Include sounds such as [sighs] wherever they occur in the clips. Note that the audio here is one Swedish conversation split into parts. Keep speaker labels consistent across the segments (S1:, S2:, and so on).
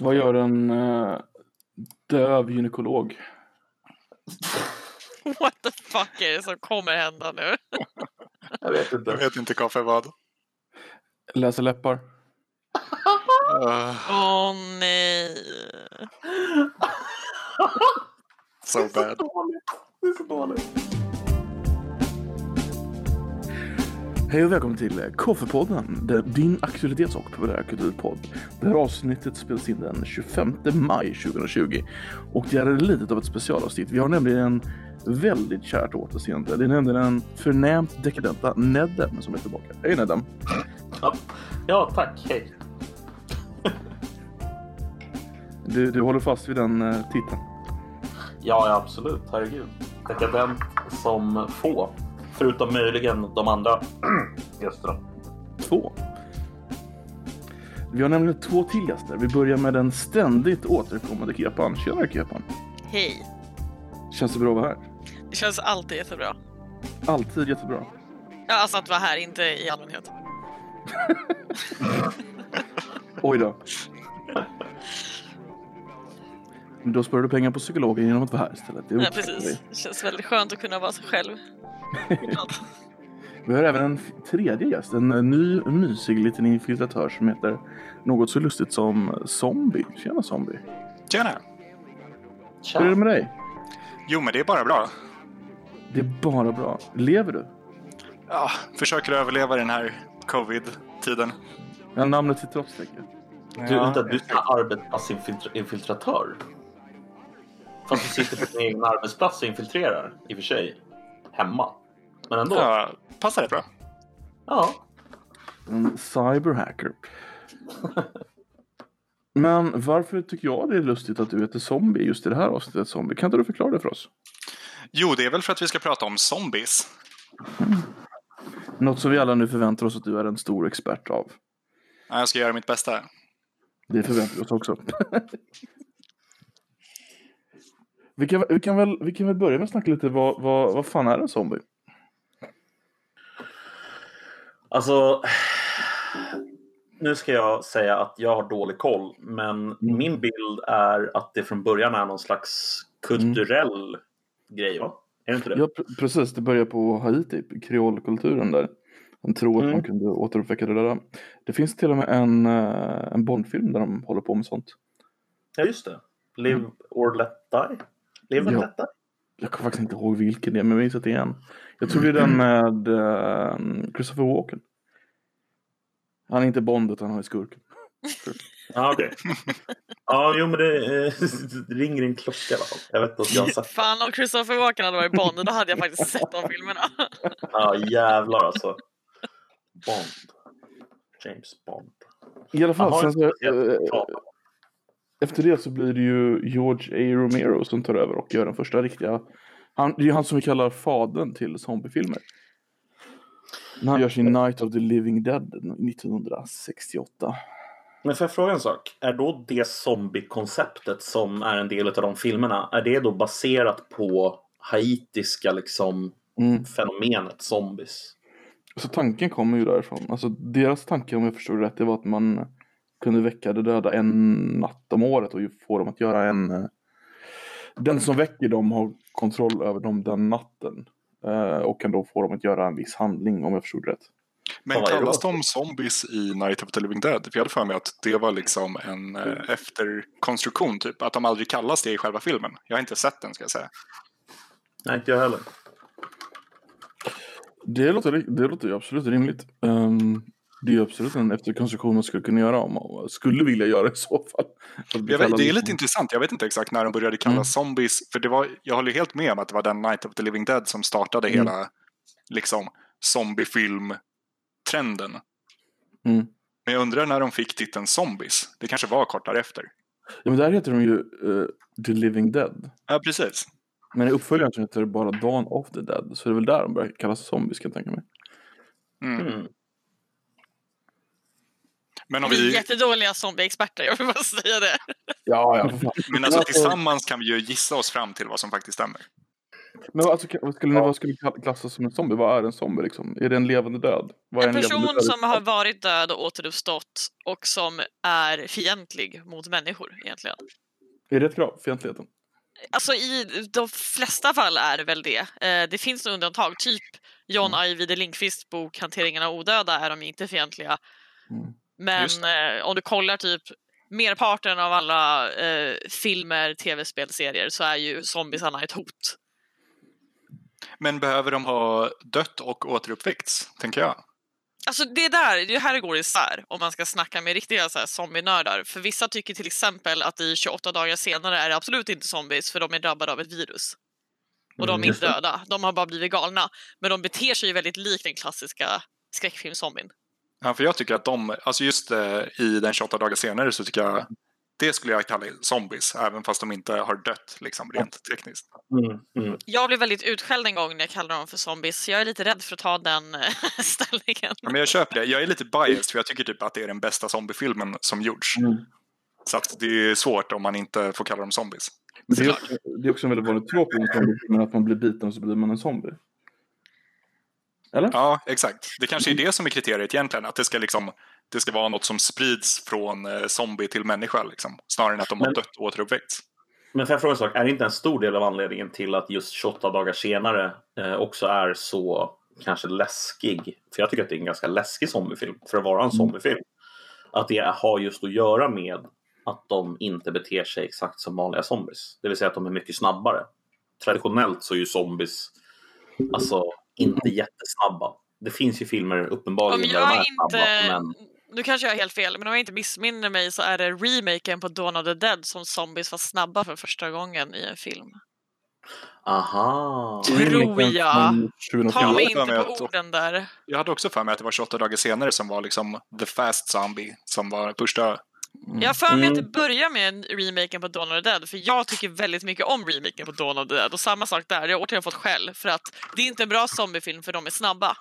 S1: Vad gör en eh, döv gynekolog?
S2: [laughs] What the fuck är det som kommer hända nu?
S3: Jag vet
S4: Jag
S3: inte.
S4: vet inte kaffe vad.
S1: Läser läppar?
S4: Ah,
S2: Åh nej.
S4: so bad.
S3: dåligt. Det är så dåligt.
S1: Hej och välkommen till Koffepodden, där din aktualitets och populärkulturpodd. Det här avsnittet spelas in den 25 maj 2020 och det är lite av ett specialavsnitt. Vi har nämligen en väldigt kärt återseende. Det är nämligen den förnämt dekadenta Nedden som är tillbaka. Hej Nedden!
S3: Ja, ja tack. Hej.
S1: Du, du håller fast vid den eh, titeln.
S3: Ja, ja, absolut. Herregud. Dekadent som få. Förutom möjligen de andra [clears throat] gästerna.
S1: Två. Vi har nämligen två till gäster. Vi börjar med den ständigt återkommande Kepan. Tjenare Kepan!
S2: Hej.
S1: Känns det bra att vara här?
S2: Det känns alltid jättebra.
S1: Alltid jättebra.
S2: Ja, alltså att vara här, inte i allmänhet.
S1: Oj då. Då sparar du pengar på psykologen genom att vara här istället. Det
S2: Nej,
S1: uppskattar
S2: precis. Det känns väldigt skönt att kunna vara sig själv. Ibland.
S1: Vi. vi har även en f- tredje gäst. En eh, ny mysig liten infiltratör som heter något så lustigt som Zombie. Tjena Zombie!
S4: Tjena!
S3: Tja.
S1: Hur är det med dig?
S4: Jo, men det är bara bra.
S1: Det är bara bra. Lever du?
S4: Ja, försöker överleva den här covid-tiden.
S1: Ja, namnet till trots-tecken.
S3: Du, vänta, du är arbetsplatsinfiltratör. Fast du sitter på din egen arbetsplats och infiltrerar. I och för sig. Hemma. Men ändå. Ja.
S4: Ja, passar det bra.
S1: En cyberhacker. Men varför tycker jag det är lustigt att du heter Zombie just i det här avsnittet Zombie? Kan inte du förklara det för oss?
S4: Jo, det är väl för att vi ska prata om zombies.
S1: Något som vi alla nu förväntar oss att du är en stor expert av.
S4: Ja, jag ska göra mitt bästa.
S1: Det förväntar vi oss också. [laughs] vi, kan, vi, kan väl, vi kan väl börja med att snacka lite vad, vad, vad fan är en zombie?
S3: Alltså. [sighs] Nu ska jag säga att jag har dålig koll. Men
S1: Mm.
S3: min bild är att det från början är någon slags kulturell grej. Va? Är det inte det?
S1: Ja, pr- precis. Det börjar på Haiti, typ, kreolkulturen där. En tro att
S3: Mm.
S1: man kunde återuppväcka det där. Det finns till och med en, eh, en Bondfilm där de håller på med sånt.
S3: Ja, just det. Live
S1: Mm.
S3: or let die. Live and
S1: Ja.
S3: let die.
S1: Jag kommer faktiskt inte ihåg vilken det är, men jag minns att det är en. Jag tror det är den med eh, Christopher Walken. Han är inte Bond, utan han är skurken.
S3: Ja, okej. [laughs] ja, jo, men det, [laughs] eh, det ringer en klocka i alla fall. Jag vet inte om jag har
S1: [laughs]
S3: sett
S2: Fan, om Christopher Walken hade varit Bond, då hade jag faktiskt sett de filmerna.
S3: Ja, jävlar alltså. Bond. James Bond.
S1: I alla fall,
S3: Han har
S1: sen
S3: ett
S1: så, eh,
S3: speciellt plan.
S1: efter det så blir det ju George A. Romero som tar över och gör den första riktiga... Han, det är ju han som vi kallar fadern till zombiefilmer. När han gör sin Night of the Living Dead 1968.
S3: Men får jag fråga en sak? Är då det zombiekonceptet som är en del av de filmerna, är det då baserat på haitiska liksom
S1: Mm.
S3: fenomenet zombies?
S1: Så tanken kommer ju därifrån. Alltså deras tanke om jag förstod rätt det var att man kunde väcka de döda en natt om året och ju få dem att göra en... eh, Den som väcker dem har kontroll över dem den natten. eh, Och kan då få dem att göra en viss handling om jag förstod rätt.
S4: Men
S3: Vad är det
S4: kallas
S3: då?
S4: de zombies i Night of the Living Dead? För jag hade för mig att det var liksom en
S3: Mm.
S4: eh, efterkonstruktion, typ. Att de aldrig kallas det i själva filmen. Jag har inte sett den, ska jag säga.
S3: Nej, inte jag heller.
S1: Det låter, det låter ju absolut rimligt. Ehm, det är ju absolut en efterkonstruktion man skulle kunna göra om man skulle vilja göra i så fall. Att bli
S4: Jag vet,
S1: kallad
S4: det är
S1: liksom-
S4: lite intressant. Jag vet inte exakt när de började kallas
S1: Mm.
S4: zombies. För det var, jag håller ju helt med om att det var den Night of the Living Dead som startade
S1: Mm.
S4: hela liksom, zombiefilm-trenden.
S1: Mm.
S4: Men jag undrar när de fick titeln zombies. Det kanske var kort därefter.
S1: Ja, men där heter de ju eh, The Living Dead.
S4: Ja, precis.
S1: Men i uppföljaren så heter det bara Dawn of the Dead. Så det är väl där de börjar kallas zombies kan jag tänka mig.
S4: Mm.
S3: Mm.
S4: Men, om
S2: Vi är
S4: vi,
S2: jättedåliga zombieexperter, jag vill bara säga det.
S1: [laughs] Ja, ja.
S4: men alltså, tillsammans kan vi ju gissa oss fram till vad som faktiskt stämmer.
S1: Men alltså, vad skulle, ni, vad skulle klassas som en zombie? Vad är en zombie liksom? Är det en levande död? Vad är
S2: En
S1: levande
S2: person
S1: död?
S2: som har varit död och återuppstått och som är fientlig mot människor egentligen.
S1: Är det ett krav? Fientligheten?
S2: Alltså i de flesta fall är det väl det. Eh, det finns nog undantag, typ John Ajvide Lindqvists bok Hanteringen av odöda är de inte fientliga.
S1: Mm.
S4: Just
S2: Men eh, om du kollar typ merparten av alla eh, filmer, tv-spelserier så är ju zombiesarna ett hot.
S4: Men behöver de ha dött och återuppväckts, tänker jag?
S2: Alltså det är där, det är här det går isär om man ska snacka med riktiga så här, zombienördar. För vissa tycker till exempel att i 28 dagar senare är det absolut inte zombies för de är drabbade av ett virus. Och de
S3: Mm,
S2: är
S3: just
S2: inte
S3: det.
S2: döda, de har bara blivit galna. Men de beter sig ju väldigt likt den klassiska skräckfilmszombien.
S4: Ja, för jag tycker att de, alltså just eh, i den 28 dagar senare så tycker jag det skulle jag kalla zombies, även fast de inte har dött liksom, rent tekniskt.
S3: Mm, mm.
S2: Jag blev väldigt utskälld en gång när jag kallade dem för zombies. Jag är lite rädd för att ta den eh, [laughs] ställningen.
S4: Ja, men jag köper det. Jag är lite biased för jag tycker typ att det är den bästa zombiefilmen som gjorts.
S3: Mm.
S4: Så att det är svårt om man inte får kalla dem zombies.
S1: Men det, är också, det är också en väldigt vanlig trop inom zombiefilmer att man blir biten och så blir man en zombie. Eller?
S4: Ja, exakt. Det kanske är det som är kriteriet egentligen, att det ska, liksom, det ska vara något som sprids från eh, zombie till människa, liksom, snarare än att de har
S3: Men-
S4: dött och återuppväckts.
S3: Men får jag fråga en sak? Är det inte en stor del av anledningen till att just 28 dagar senare eh, också är så kanske läskig? För jag tycker att det är en ganska läskig zombiefilm för
S2: Mm.
S3: att vara en zombiefilm. Att det har just att göra med att de inte beter sig exakt som vanliga zombies. Det vill säga att de är mycket snabbare. Traditionellt så är ju zombies alltså inte jättesnabba. Det finns ju filmer
S2: Om
S3: uppenbarligen där de
S2: jag
S3: är snabba.
S2: inte...
S3: Men...
S2: Nu kanske jag har helt fel, men om jag inte missminner mig så är det remaken på Dawn of the Dead som zombies var snabba för första gången i en film.
S3: Aha!
S2: Tror jag. Ta
S4: Jag
S2: mig
S4: har för mig
S2: inte
S4: att-
S2: på orden där.
S4: Jag hade också för mig att det var 28 dagar senare som var liksom the fast zombie, som var första...
S2: Jag har för mig att det
S3: Mm.
S2: börjar med remaken på Dawn of the Dead, för jag tycker väldigt mycket om remaken på Dawn of the Dead. Och samma sak där, jag har återigen fått skäll för att det är inte en bra zombiefilm för de är snabba.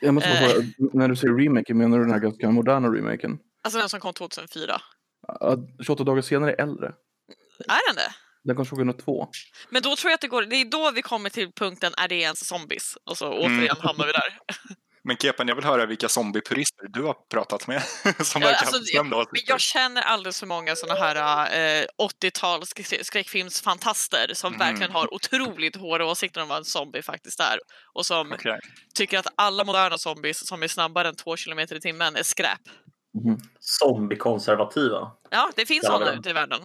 S1: Jag måste bara
S2: Eh.
S1: fråga, när du säger remaken, menar du den här ganska moderna remaken?
S2: Alltså den som kom 2004.
S1: Att 28 dagar senare är äldre?
S2: Är den det?
S1: Den kom 2002.
S2: Men då tror jag att det går, det är då vi kommer till punkten är det ens zombies? Och så återigen hamnar vi där.
S4: Men Kepan, jag vill höra vilka zombiepurister du har pratat med [laughs] som
S2: Ja,
S4: verkar
S2: alltså,
S4: ha bestämda
S2: Men
S4: åsikter.
S2: jag känner alldeles för många såna här eh, 80-tals skräck- skräckfilmsfantaster som
S4: Mm.
S2: verkligen har otroligt hårda åsikter om vad en zombie faktiskt är. Och som
S4: Okej.
S2: tycker att alla moderna zombies som är snabbare än 2 km i timmen är skräp.
S3: Zombiekonservativa.
S2: Ja, det finns
S3: Ja,
S2: sådana
S3: det.
S2: ute i världen.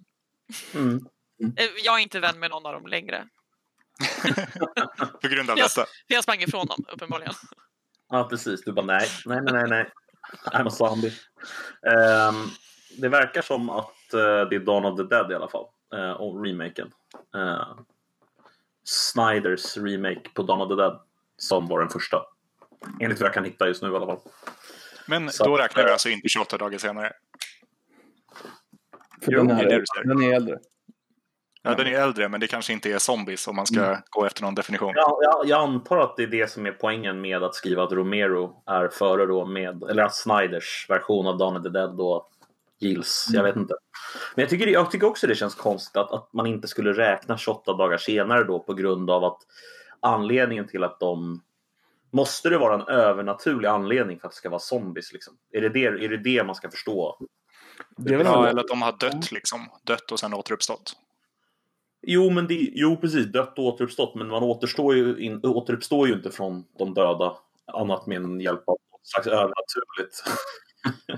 S3: Mm.
S2: Eh, Jag är inte vän med någon av dem längre.
S4: På grund av
S2: Ja.
S4: detta.
S2: För Jag sprang ifrån dem, uppenbarligen.
S3: Ja, precis. Du bara nej, nej, nej, nej, nej. I'm a zombie. Ehm, det verkar som att eh, det är Dawn of the Dead i alla fall. eh, och remaken. Eh, Snyders remake på Dawn of the Dead. Som var den första. Enligt vad jag kan hitta just nu i alla fall.
S4: Men
S3: Så
S4: då
S3: att,
S4: räknar vi
S3: eh,
S4: alltså inte 28 dagar senare.
S1: För
S3: Jo,
S1: den,
S4: det är det
S1: här,
S4: du säger.
S1: den är äldre.
S4: Ja,
S3: Mm.
S4: den är äldre, men det kanske inte är zombies om man ska gå efter någon definition.
S3: Jag, jag, jag antar att det är det som är poängen med att skriva att Romero är före då med, eller att Snyders version av Dawn of the Dead då gills. Jag vet inte. Men jag tycker, jag tycker också det känns konstigt att, att man inte skulle räkna 28 dagar senare då på grund av att anledningen till att de Måste det vara en övernaturlig anledning för att det ska vara zombies? Liksom? Är, det det, är det det man ska förstå?
S1: Det är väl
S4: Ja,
S1: ändå-
S4: eller att de har
S3: Mm.
S4: dött liksom. Dött och sen återuppstått.
S3: Jo, men det, jo precis. Dött och återuppstått. Men man återstår ju in, återuppstår ju inte från de döda annat med hjälp av något slags övernaturligt.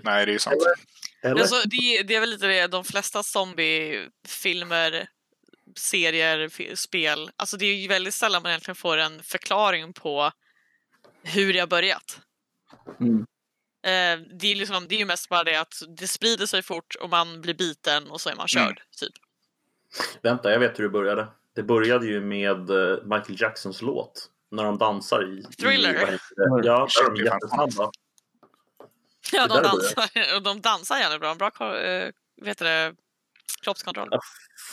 S4: Nej, det är ju sant.
S3: [laughs] Eller?
S2: Alltså, det, det är väl lite det, de flesta zombiefilmer, serier, fi- spel. Alltså det är ju väldigt sällan man egentligen får en förklaring på hur det har börjat.
S1: Mm.
S2: Eh, det, är liksom, det är ju mest bara det att det sprider sig fort och man blir biten och så är man körd.
S3: Mm.
S2: Typ.
S3: Vänta, jag vet hur det började. Det började ju med eh, Michael Jacksons låt. När de dansar i...
S2: Thriller.
S3: I, vad heter det? ja, där är de jättesnabba.
S2: Ja,
S3: Det där
S2: de
S3: är bra.
S2: dansar, [laughs] och de dansar gärna bra. Bra ko- eh, vet du det, kroppskontroll.
S3: Ja,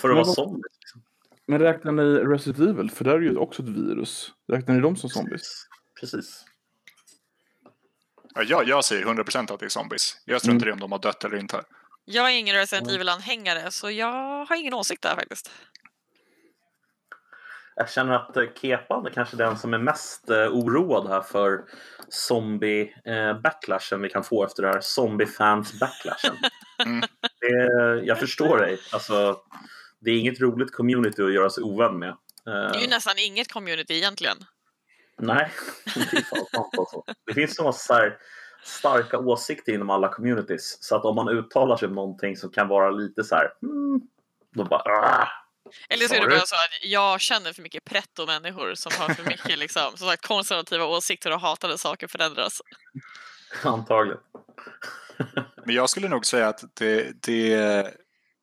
S3: För att vara zombies.
S1: Men räknar ni Resident Evil? För där är ju också ett virus. Räknar ni dem som zombies?
S3: Precis.
S4: Ja, jag, jag säger 100% att det är zombies. Jag struntar
S3: Mm.
S4: i om de har dött eller inte.
S2: Jag är ingen Resident Evil-anhängare så jag har ingen åsikt där faktiskt.
S3: Jag känner att eh, Kepan är kanske den som är mest eh, oroad här för zombie-backlashen vi kan få efter det här. Zombie-fans-backlashen.
S4: Mm.
S3: Det- Jag förstår dig. Alltså, det är inget roligt community att göra sig ovän med. Eh,
S2: Det är ju nästan inget community egentligen.
S3: Nej, [laughs] det är fan sant alltså. Det finns så massa så här starka åsikter inom alla communities. Så att om man uttalar sig om någonting som kan vara lite så här... Mm, då bara... Ah,
S2: Eller så är det
S3: Sorry.
S2: bara så att jag känner för mycket pretto-människor som har för mycket liksom, som sagt, konservativa åsikter och hatade saker förändras.
S3: antagligen.
S4: Men jag skulle nog säga att det, det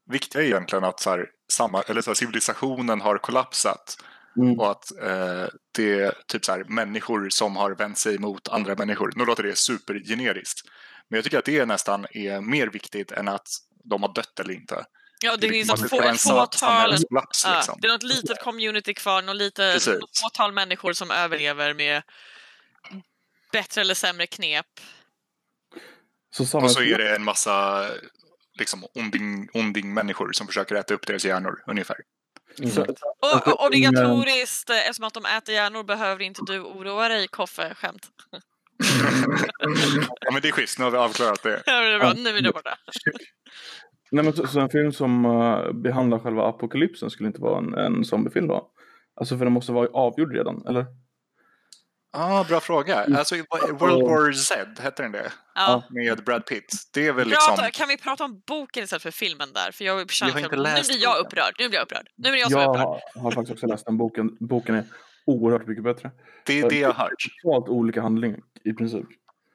S4: viktiga är egentligen att så här, samma, eller så här, civilisationen har kollapsat
S3: Mm.
S4: och att eh, det är typ så här, människor som har vänt sig mot andra människor. Nu låter det supergeneriskt, men jag tycker att det nästan är mer viktigt än att de har dött eller inte.
S2: Ja, det
S4: är
S2: finns
S4: liksom att
S2: ett
S4: ska vara
S2: få-
S4: en
S2: ett
S4: sam-
S2: fåtal...
S4: samhällskollaps,
S2: ja,
S4: liksom.
S2: det är något litet community kvar, något litet
S4: Precis.
S2: något fåtal människor som överlever med bättre eller sämre knep.
S1: Så
S4: Och så är det en massa liksom, onding, onding människor som försöker äta upp deras hjärnor ungefär.
S1: Så,
S2: Och,
S1: Alltså,
S2: och obligatoriskt, eh, eftersom att de äter hjärnor behöver inte du oroa dig, Koffe. Skämt. [laughs]
S4: Ja, men det är schysst, nu har vi avklarat det.
S2: Ja, det är bra. Nu är det borta.
S1: nej, men så, så en film som eh, behandlar själva apokalypsen skulle inte vara en, en zombiefilm då? Alltså för den måste vara avgjord redan, eller?
S4: Ah, bra fråga.
S3: Mm.
S4: Alltså, World War Z, heter den det?
S2: Ja.
S4: Med Brad Pitt. Det är väl liksom...
S2: Prata, kan vi prata om boken istället för filmen där? För jag känner
S4: har
S2: att
S4: inte
S2: jag- nu
S4: läst
S2: blir jag
S4: boken.
S2: upprörd. Nu blir jag upprörd. Nu blir jag som är
S1: Jag
S2: upprörd.
S1: har, har faktiskt också läst den boken. Boken är oerhört mycket bättre.
S4: Det är det jag har hört.
S1: Totalt olika handlingar i princip.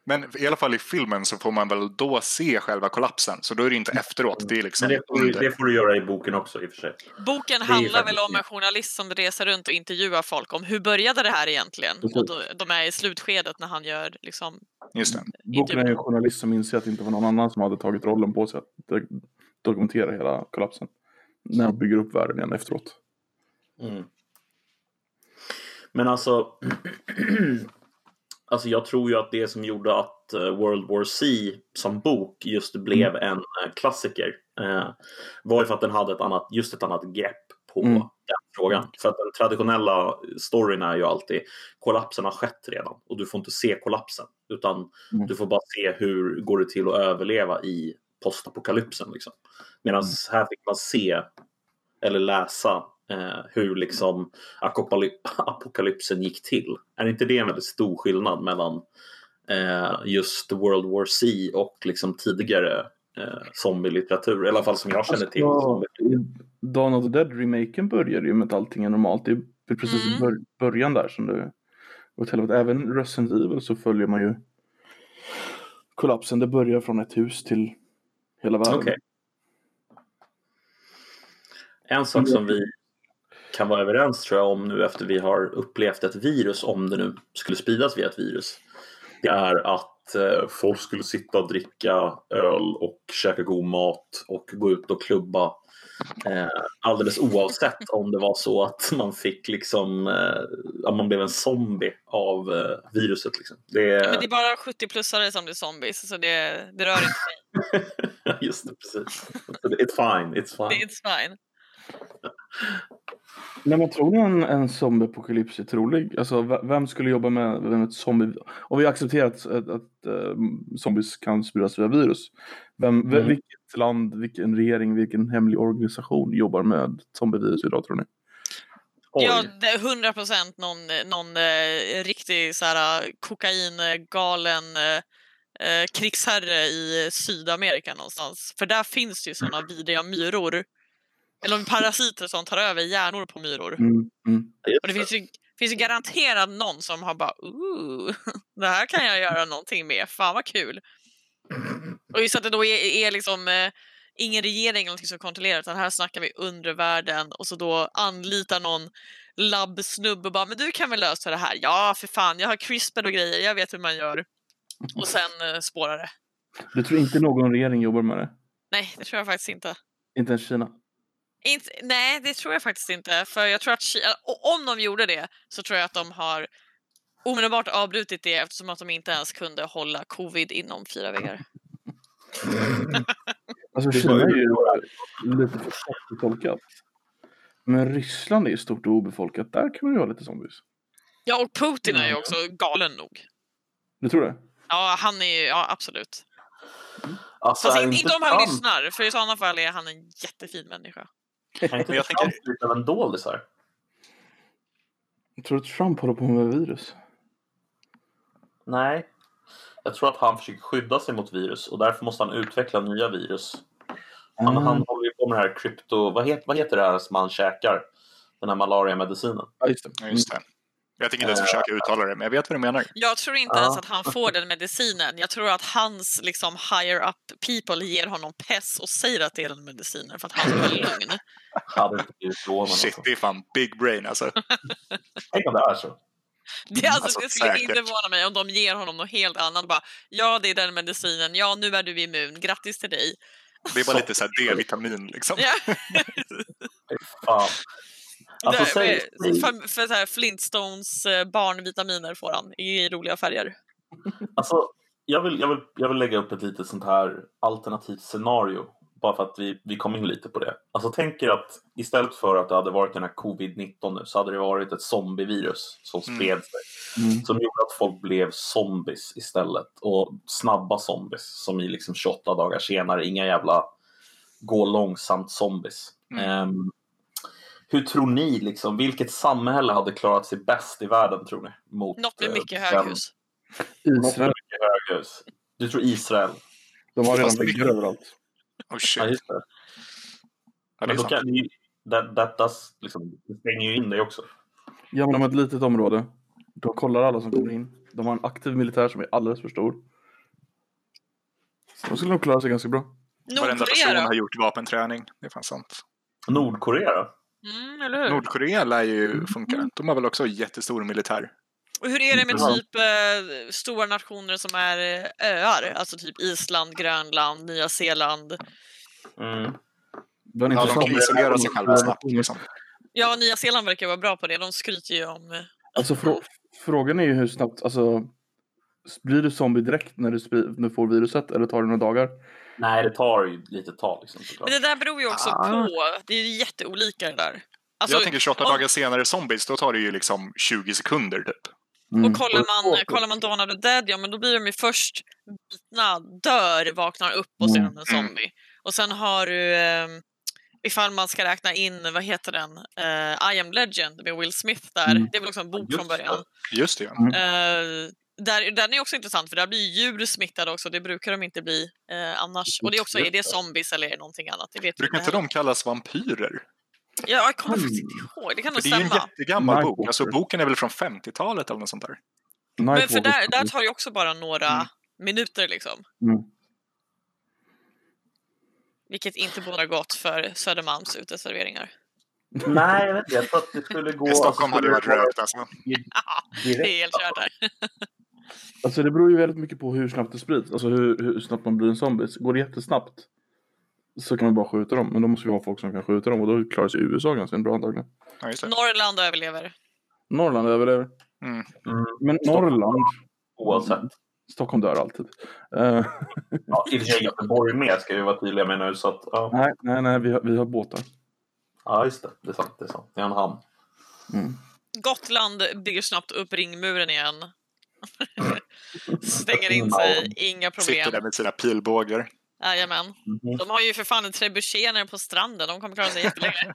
S4: Men i alla fall i filmen så får man väl då se själva kollapsen. Så då är det inte efteråt, det är liksom
S3: Mm. Men det får, du,
S4: under.
S3: det får du göra i boken också i och för sig.
S2: Boken
S3: är
S2: handlar väl
S3: faktiskt
S2: om en journalist som reser runt och intervjuar folk om hur började det här egentligen?
S1: Precis.
S2: Och då, de är i slutskedet när han gör liksom...
S4: Just det. typ-
S1: Boken är en journalist som inser att det inte var någon annan som hade tagit rollen på sig att do- dokumentera hela kollapsen. När de bygger upp världen igen efteråt.
S3: Mm. Men alltså, [clears throat] alltså, jag tror ju att det som gjorde att eh, World War C som bok just blev
S1: Mm.
S3: en eh, klassiker eh, var ju för att den hade ett annat, just ett annat grepp på
S1: Mm.
S3: den frågan. För att den traditionella storyn är ju alltid kollapsen har skett redan och du får inte se kollapsen utan
S1: Mm.
S3: du får bara se hur går det till att överleva i postapokalypsen. Liksom. Medan här fick man se eller läsa eh, hur liksom akopaly- [laughs] apokalypsen gick till. Är inte det en väldigt stor skillnad mellan eh, just World War C och liksom tidigare eh, zombielitteratur? I alla fall som jag känner till.
S1: Alltså, Dawn of the Dead-remaken börjar ju med att allting är normalt. Det är precis i
S2: Mm.
S1: bör- början där som du går till helvete. Även Resident Evil så följer man ju kollapsen. Det börjar från ett hus till hela världen.
S3: Okej. En sak som vi kan vara överens tror jag om nu efter vi har upplevt ett virus, om det nu skulle spridas via ett virus, det är att eh, folk skulle sitta och dricka öl och käka god mat och gå ut och klubba eh, alldeles oavsett om det var så att man fick liksom, eh, att man blev en zombie av eh, viruset. Liksom. Det,
S2: Ja, men det är bara 70-plussare som blir zombies, så det, det rör
S4: [laughs]
S2: inte.
S3: [laughs] Just det, precis. It's fine, it's
S2: Det är
S3: fine.
S2: inte fine.
S1: Nej, men tror ni en, en zombieapokalyps är trolig? Alltså, v- vem skulle jobba med, med ett zombie... Om vi accepterar att, att, att eh, zombies kan spridas via virus. Vem, v-
S3: Mm.
S1: Vilket land, vilken regering, vilken hemlig organisation jobbar med zombievirus idag tror ni?
S3: Oj.
S2: Ja, det är 100 procent någon, någon eh, riktig så här, kokaingalen eh, eh, krigsherre i Sydamerika någonstans. För där finns det ju sådana vidriga myror. Eller om parasiter som tar över hjärnor på myror.
S1: Mm. Mm.
S2: Och det finns ju, finns ju garanterat någon som har bara ooh, [laughs] det här kan jag göra någonting med, fan vad kul. Och just att det då är, är liksom eh, ingen regering eller någonting som kontrollerar utan här snackar vi undervärlden och så då anlitar någon labbsnubbe och bara men du kan väl lösa det här? Ja för fan, jag har CRISPR och grejer, jag vet hur man gör. Och sen eh, spårar det.
S1: Du tror inte någon regering jobbar med det?
S2: Nej, det tror jag faktiskt inte.
S1: Inte ens Kina?
S2: Inte, nej, det tror jag faktiskt inte. För jag tror att Kina, och om de gjorde det så tror jag att de har omedelbart avbrutit det eftersom att de inte ens kunde hålla covid inom fyra veckor.
S1: Alltså
S3: Det är
S1: Kina
S3: bara-
S1: är ju lite för svårt tolkat. Men Ryssland är ju stort och obefolkat. Där kan man ju ha lite zombies.
S2: Ja, och Putin är ju
S3: Mm.
S2: också galen nog.
S1: Du tror det?
S2: Ja, han är ju, ja absolut.
S3: Alltså,
S2: Fast
S3: är
S2: inte, inte om han
S3: Trump-
S2: lyssnar, för i sådana fall är han en jättefin människa.
S3: Är inte
S4: Jag
S3: jag
S4: tänker-
S3: Trump lite av en doldisar?
S1: Jag tror att Trump håller på med virus.
S3: Nej. Jag tror att han försöker skydda sig mot virus och därför måste han utveckla nya virus. Han, han håller ju på med det här krypto... Vad heter, vad heter det här som han käkar? Den här malariamedicinen.
S1: Ja, just det.
S4: Ja, just det. Jag tänker inte ens försöka uttala det, men jag vet vad du menar.
S2: Jag tror inte
S3: Mm. Ja.
S2: ens att han får den medicinen. Jag tror att hans liksom, higher up people ger honom pess och säger att det är den medicinen för att han ska vara lugn.
S3: Hade inte blivit förvånad.
S4: Shit,
S3: Alltså.
S4: det är fan big brain alltså.
S3: Tänk om det är så.
S2: Det, alltså,
S4: Alltså,
S2: det skulle
S4: säkert.
S2: inte förvåna mig om de ger honom något helt annat. Bara, ja, det är den medicinen. Ja, nu är du immun. Grattis till dig.
S4: Det är bara lite så här D-vitamin liksom.
S2: Ja.
S3: Fan. Alltså,
S2: Där,
S3: säg,
S2: med- för för så här Flintstones eh, barnvitaminer får han i roliga färger.
S3: Alltså, jag vill, jag, vill, jag vill lägga upp ett litet sånt här alternativt scenario. Bara för att vi, vi kom in lite på det. Alltså tänk er att istället för att det hade varit den här covid-19 nu så hade det varit ett zombievirus som
S4: Mm.
S3: spred sig.
S1: Mm.
S3: Som gjorde att folk blev zombies istället. Och snabba zombies som i liksom 28 dagar senare. Inga jävla gå långsamt zombies.
S4: Mm.
S3: Ehm, hur tror ni liksom, vilket samhälle hade klarat sig bäst i världen tror ni? Mot,
S2: Något med
S3: eh,
S2: mycket
S3: den-
S2: höghus.
S1: Israel.
S3: höghus. Du tror Israel?
S1: De har redan
S4: Fast-
S1: väggar överallt.
S4: Oh
S3: Ja,
S4: shit.
S3: just det.
S4: Ja, det är
S3: Men då
S4: sant.
S3: kan ni, that, that does, liksom, det stänger ju in dig också.
S1: Ja, men de har ett litet område. Då kollar alla som kommer in. De har en aktiv militär som är alldeles för stor. Så de skulle nog klara sig ganska bra.
S4: Varenda person
S2: Nordkorea
S4: har
S2: då?
S4: gjort vapenträning. Det är fan sant.
S3: Nordkorea då?
S2: Mm, eller hur?
S4: Nordkorea lär ju funka.
S3: Mm.
S4: De har väl också jättestor militär.
S2: Och hur är det med
S3: Ja.
S2: typ eh, stora nationer som är eh, öar? Alltså typ Island, Grönland, Nya Zeeland.
S3: Mm.
S1: Det är en
S4: Ja, de
S1: intressant.
S4: kan isolera sig själva snabbt liksom.
S2: Ja, Nya Zeeland verkar vara bra på det. De skryter ju om... eh,
S1: Alltså frå- frågan är ju hur snabbt, alltså blir du zombie direkt när du, spri- när du får viruset eller tar det några dagar?
S3: Nej, det tar ju lite tag liksom, såklart.
S2: Men det där beror ju också
S4: Ah.
S2: på. Det är ju jätteolika det där. Alltså,
S4: jag tänker 28
S2: om-
S4: dagar senare zombies, då tar det ju liksom 20 sekunder typ.
S1: Mm.
S2: Och kollar man, kollar man Dawn of the Dead, ja men då blir de ju först bitna, dör, vaknar upp och sen
S1: Mm.
S2: en zombie. Och sen har du, eh, ifall man ska räkna in, vad heter den, eh, I am legend med Will Smith där.
S1: Mm.
S2: Det är väl också en bok
S3: Just
S2: från början.
S4: Just det. ja.
S2: Eh, där, den är också intressant för där blir ju djur smittade också, det brukar de inte bli eh, annars. Och det är också, är det zombies eller är det någonting annat? Det vet vi
S4: Brukar inte
S2: heller.
S4: de kallas vampyrer?
S2: Ja, jag kommer faktiskt inte ihåg, det kan
S4: För
S2: nog
S4: det är ju en
S2: stämma.
S4: jättegammal
S1: Nightwalker.
S4: bok. Alltså boken är väl från 50-talet eller något sånt där.
S2: Men för där, där tar det ju också bara några
S4: Mm.
S2: minuter liksom.
S1: Mm.
S2: Vilket inte bådar gott för Södermalms uteserveringar.
S3: Nej, jag vet inte. Jag tror att det skulle gå...
S4: I Stockholm hade det varit
S3: skulle gå
S4: rökt alltså.
S2: Det
S3: direkt.
S2: är helt kört där.
S1: Alltså det beror ju väldigt mycket på hur snabbt det sprids, alltså hur, hur snabbt man blir en zombie. Så Går det jättesnabbt så kan man bara skjuta dem, men då måste vi ha folk som kan skjuta dem och då klarar sig USA ganska bra antagligen.
S4: Ja, just det.
S2: Norrland överlever.
S1: Norrland överlever.
S4: Mm.
S3: Mm,
S1: Men Norrland,
S3: oavsett.
S1: Stockholm dör alltid. Eh,
S3: Ja, I och för sig Göteborg med, ska vi vara tydliga med nu. Så att, ja.
S1: nej, nej, nej, vi har, vi har båtar.
S3: ja, just det. Det är sant. Det är, sant. det är en hamn.
S1: Mm.
S2: Gotland bygger snabbt upp ringmuren igen. Stänger in sig, inga
S4: Sitter
S2: problem.
S4: där med sina pilbågar.
S2: Jajamän. De har ju för fan en trebuchet nere på stranden, de kommer klara sig jättelänge.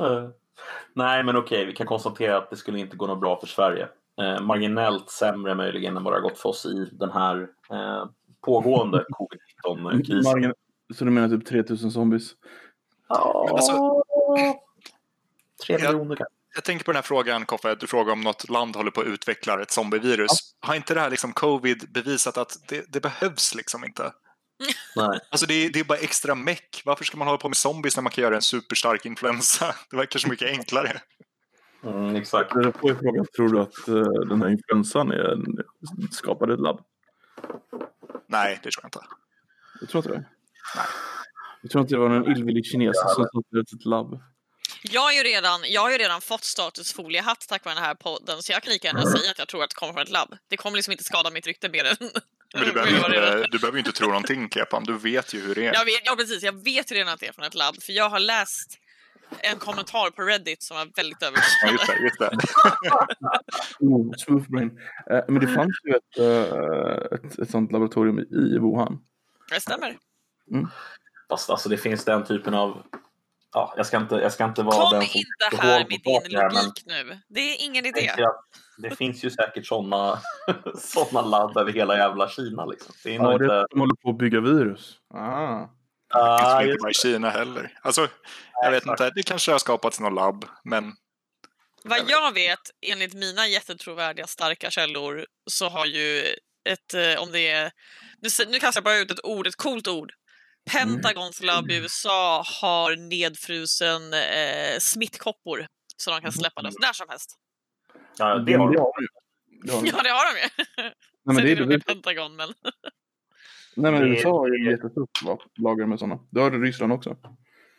S3: Eh, Nej, men okej, vi kan konstatera att det skulle inte gå något bra för Sverige. Eh, marginellt sämre möjligen än vad det har gått för oss i den här eh, pågående covid-19-krisen.
S1: Margen- Så du menar typ 3000 zombies?
S3: Ja,
S4: Men alltså-
S3: Tre miljoner kanske.
S4: Jag tänker på den här frågan, Koffe, du frågar om något land håller på att utveckla ett zombievirus. Har inte det här liksom covid bevisat att det, det behövs liksom inte?
S3: Nej.
S4: Alltså det är, det är bara extra meck. Varför ska man hålla på med zombies när man kan göra en superstark influensa? [laughs] Det verkar så mycket enklare.
S3: Mm, exakt.
S1: Det får jag frågan, tror du att eh, den här influensan är en, skapad i ett labb?
S4: Nej, det tror jag inte.
S1: Jag tror inte det. Jag tror inte det var någon illvillig kines som satt i ett labb.
S2: Jag har ju redan, jag har ju redan fått status foliehatt tack vare den här podden, så jag kan lika gärna säga att jag tror att det kommer från ett labb. Det kommer liksom inte skada mitt rykte mer än
S4: Men du behöver, ju inte, du behöver ju inte tro någonting, Kepan. Du vet ju hur det
S2: [laughs]
S4: är.
S2: Jag vet, ja, precis. Jag vet redan att det är från ett labb, för jag har läst en kommentar på Reddit som var väldigt
S4: Ja,
S2: övertygande.
S4: just det, just det.
S1: Oh, smooth brain. Eh, men det fanns ju ett, eh, ett, ett sånt laboratorium i Wuhan.
S2: Det stämmer.
S3: Fast alltså det finns den typen av... Ja, jag ska inte, jag ska inte vara
S2: Kom
S3: den som
S2: inte
S3: går
S2: här
S3: hårt
S2: med
S3: bak
S2: din
S3: här, men
S2: logik nu. Det är ingen
S3: jag
S2: idé.
S3: tänker att Det finns ju säkert sådana [laughs] såna labb över hela jävla Kina. Liksom. Det är nog
S1: Ja, det
S3: inte...
S1: är de håller på att bygga virus. Ah.
S4: Det
S3: Ah,
S4: finns väl
S3: just
S4: inte bara i Kina heller. Alltså, jag
S3: Nej,
S4: vet
S3: exakt.
S4: inte. Det kanske har skapats någon labb, men
S2: Vad jag vet, enligt mina jättetrovärdiga starka källor, så har ju ett, eh, om det är, nu, sä- nu kastar jag bara ut ett ord, ett coolt ord.
S3: Mm.
S2: Pentagons labb i USA har nedfrusen eh, smittkoppor så de kan släppa
S3: Mm.
S2: lös när som helst. [laughs]
S3: Ja, det har de.
S1: de ju. Det har de.
S2: Ja, det har de ju.
S1: Nej, men det är
S2: Sen är det
S1: bevis.
S2: Pentagon, men
S1: Nej, men
S3: Det-
S1: USA har ju jättestort lag- lager med sådana. Det har Ryssland också.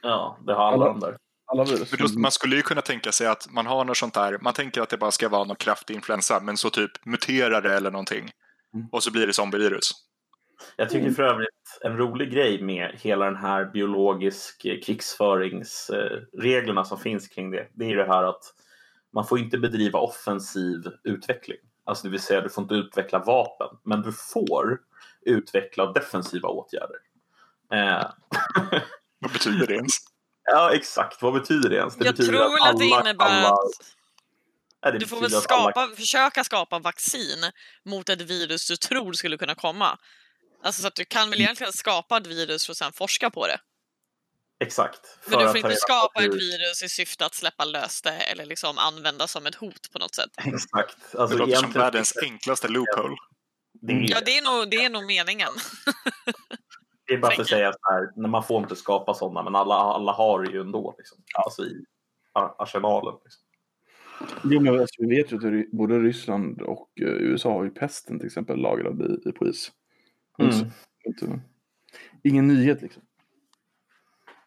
S3: Ja, det har alla
S1: Alla-
S3: de där.
S1: Alla virus.
S4: För då- Man skulle ju kunna tänka sig att man har något sånt där, man tänker att det bara ska vara någon kraftig influensa, men så typ muterar det eller någonting.
S1: Mm.
S4: Och så blir det zombievirus.
S3: Jag
S2: Mm.
S3: tycker för övrigt en rolig grej med hela den här biologisk eh, krigsföringsreglerna som finns kring det. Det är det här att man får inte bedriva offensiv utveckling. Alltså det vill säga du får inte utveckla vapen. Men du får utveckla defensiva åtgärder. Eh,
S4: Vad betyder det ens?
S3: ja exakt, vad betyder det ens? Det
S2: jag
S3: betyder
S2: tror väl att det innebär
S3: alla-
S2: att
S3: Nej, det
S2: Du får
S3: betyder
S2: väl
S3: att alla-
S2: skapa, försöka skapa vaccin mot ett virus du tror skulle kunna komma. Alltså så att du kan
S3: Mm.
S2: väl egentligen skapa ett virus för att sen forska på det.
S3: Exakt. för
S2: Men du
S3: att
S2: får
S3: ta
S2: inte
S3: reda på
S2: skapa ett
S3: hur-
S2: virus i syfte att släppa lös det eller liksom använda som ett hot på något sätt.
S3: Exakt.
S4: Det
S3: [laughs]
S4: låter
S3: Alltså,
S4: som
S3: egentligen- Mm.
S4: världens enklaste loophole.
S3: Det är-
S2: Ja, det är nog, det är nog meningen.
S3: Det är bara för att säga så här, när man får inte skapa sådana, men alla, alla har det ju ändå. Liksom. Alltså i ar- arsenalen. Liksom.
S1: Jo, men alltså, vi vet ju att Ry- både Ryssland och eh, USA har ju pesten till exempel lagrad i, i på is.
S3: Mm.
S1: Inte- inte- Ingen nyhet liksom.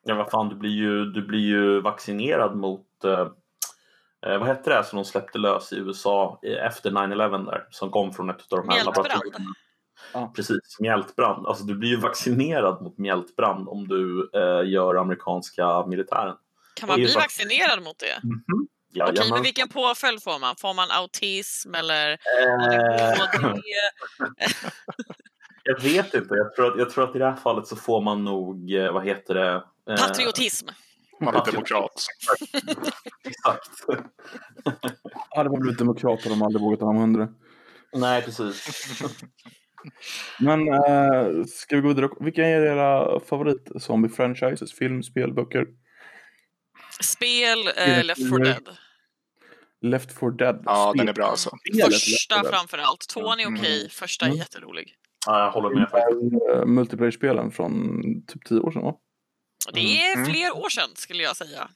S3: Ja, vad fan, du blir ju, du blir ju vaccinerad mot, eh, eh, vad hette det här som de släppte lös i USA i- efter 9-11 där, som kom från ett av de här
S2: Mjältbrand.
S3: laboratorierna.
S1: Ja.
S3: Precis, mjältbrand. Alltså du blir ju vaccinerad mot mjältbrand om du eh, gör amerikanska militären.
S2: Kan man
S3: Det är
S2: bli
S3: bara-
S2: vaccinerad mot det?
S3: Jajamän.
S2: Okej, men vilken påföljd får man? Får man autism eller
S3: Eh, [laughs]
S2: ADHD?
S3: Jag vet inte. Jag tror, att, jag tror att i det här fallet så får man nog, eh, vad heter det? Eh,
S2: Patriotism?
S4: Man är demokrat.
S3: Exakt. [laughs]
S1: Hade man blivit demokrater om de aldrig vågat använda det.
S3: Nej, precis.
S1: Men eh, ska vi gå vidare? Vilka är era favorit zombie franchises? Film, spel, böcker?
S2: Spel eh, Left 4 Dead?
S1: Left 4 Dead.
S4: Ja,
S1: spel.
S4: den är bra alltså.
S1: Spelet
S2: Första
S1: Left 4 Dead.
S2: framför allt. Tvåan är okej,
S4: Mm.
S2: första är
S1: Mm.
S2: jätterolig.
S3: Ja, jag håller med faktiskt.
S1: Eh, Multiplayer-spelen från typ 10 år sedan va?
S2: Det är
S4: Mm.
S2: fler år sedan skulle jag säga.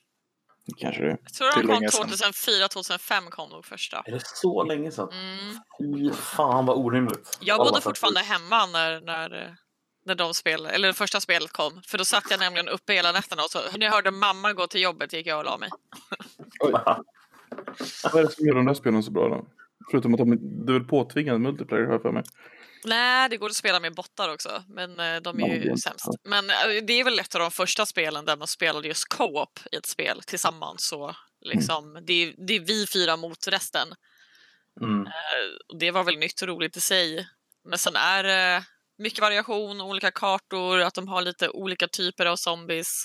S1: Kanske det.
S2: Jag tror
S4: Det är
S2: de kom
S4: länge sedan.
S2: 2004-2005 kom nog första.
S3: Är det så länge sedan?
S2: Mm.
S3: Fy fan vad orimligt.
S2: Jag
S3: Alla
S2: bodde
S3: faktiskt.
S2: fortfarande hemma när, när, när de spel, eller det första spelet kom. För då satt jag nämligen uppe hela nätterna och så när jag hörde mamma gå till jobbet gick jag och la mig.
S1: Vad är det som gör de där spelen så bra då? Förutom att de det är väl påtvingade multiplayer har jag för mig.
S2: Nej, det går att spela med bottar också, men eh, de
S1: Ja,
S2: är
S1: det
S2: ju
S1: är
S2: sämst. Men eh, det är väl ett av de första spelen där man spelade just co-op i ett spel tillsammans.
S4: Mm.
S2: Så liksom, det, är, det är vi fyra mot resten.
S3: Mm.
S2: Och det var väl nytt och roligt i sig. Men sen är det mycket variation, olika kartor, att de har lite olika typer av zombies.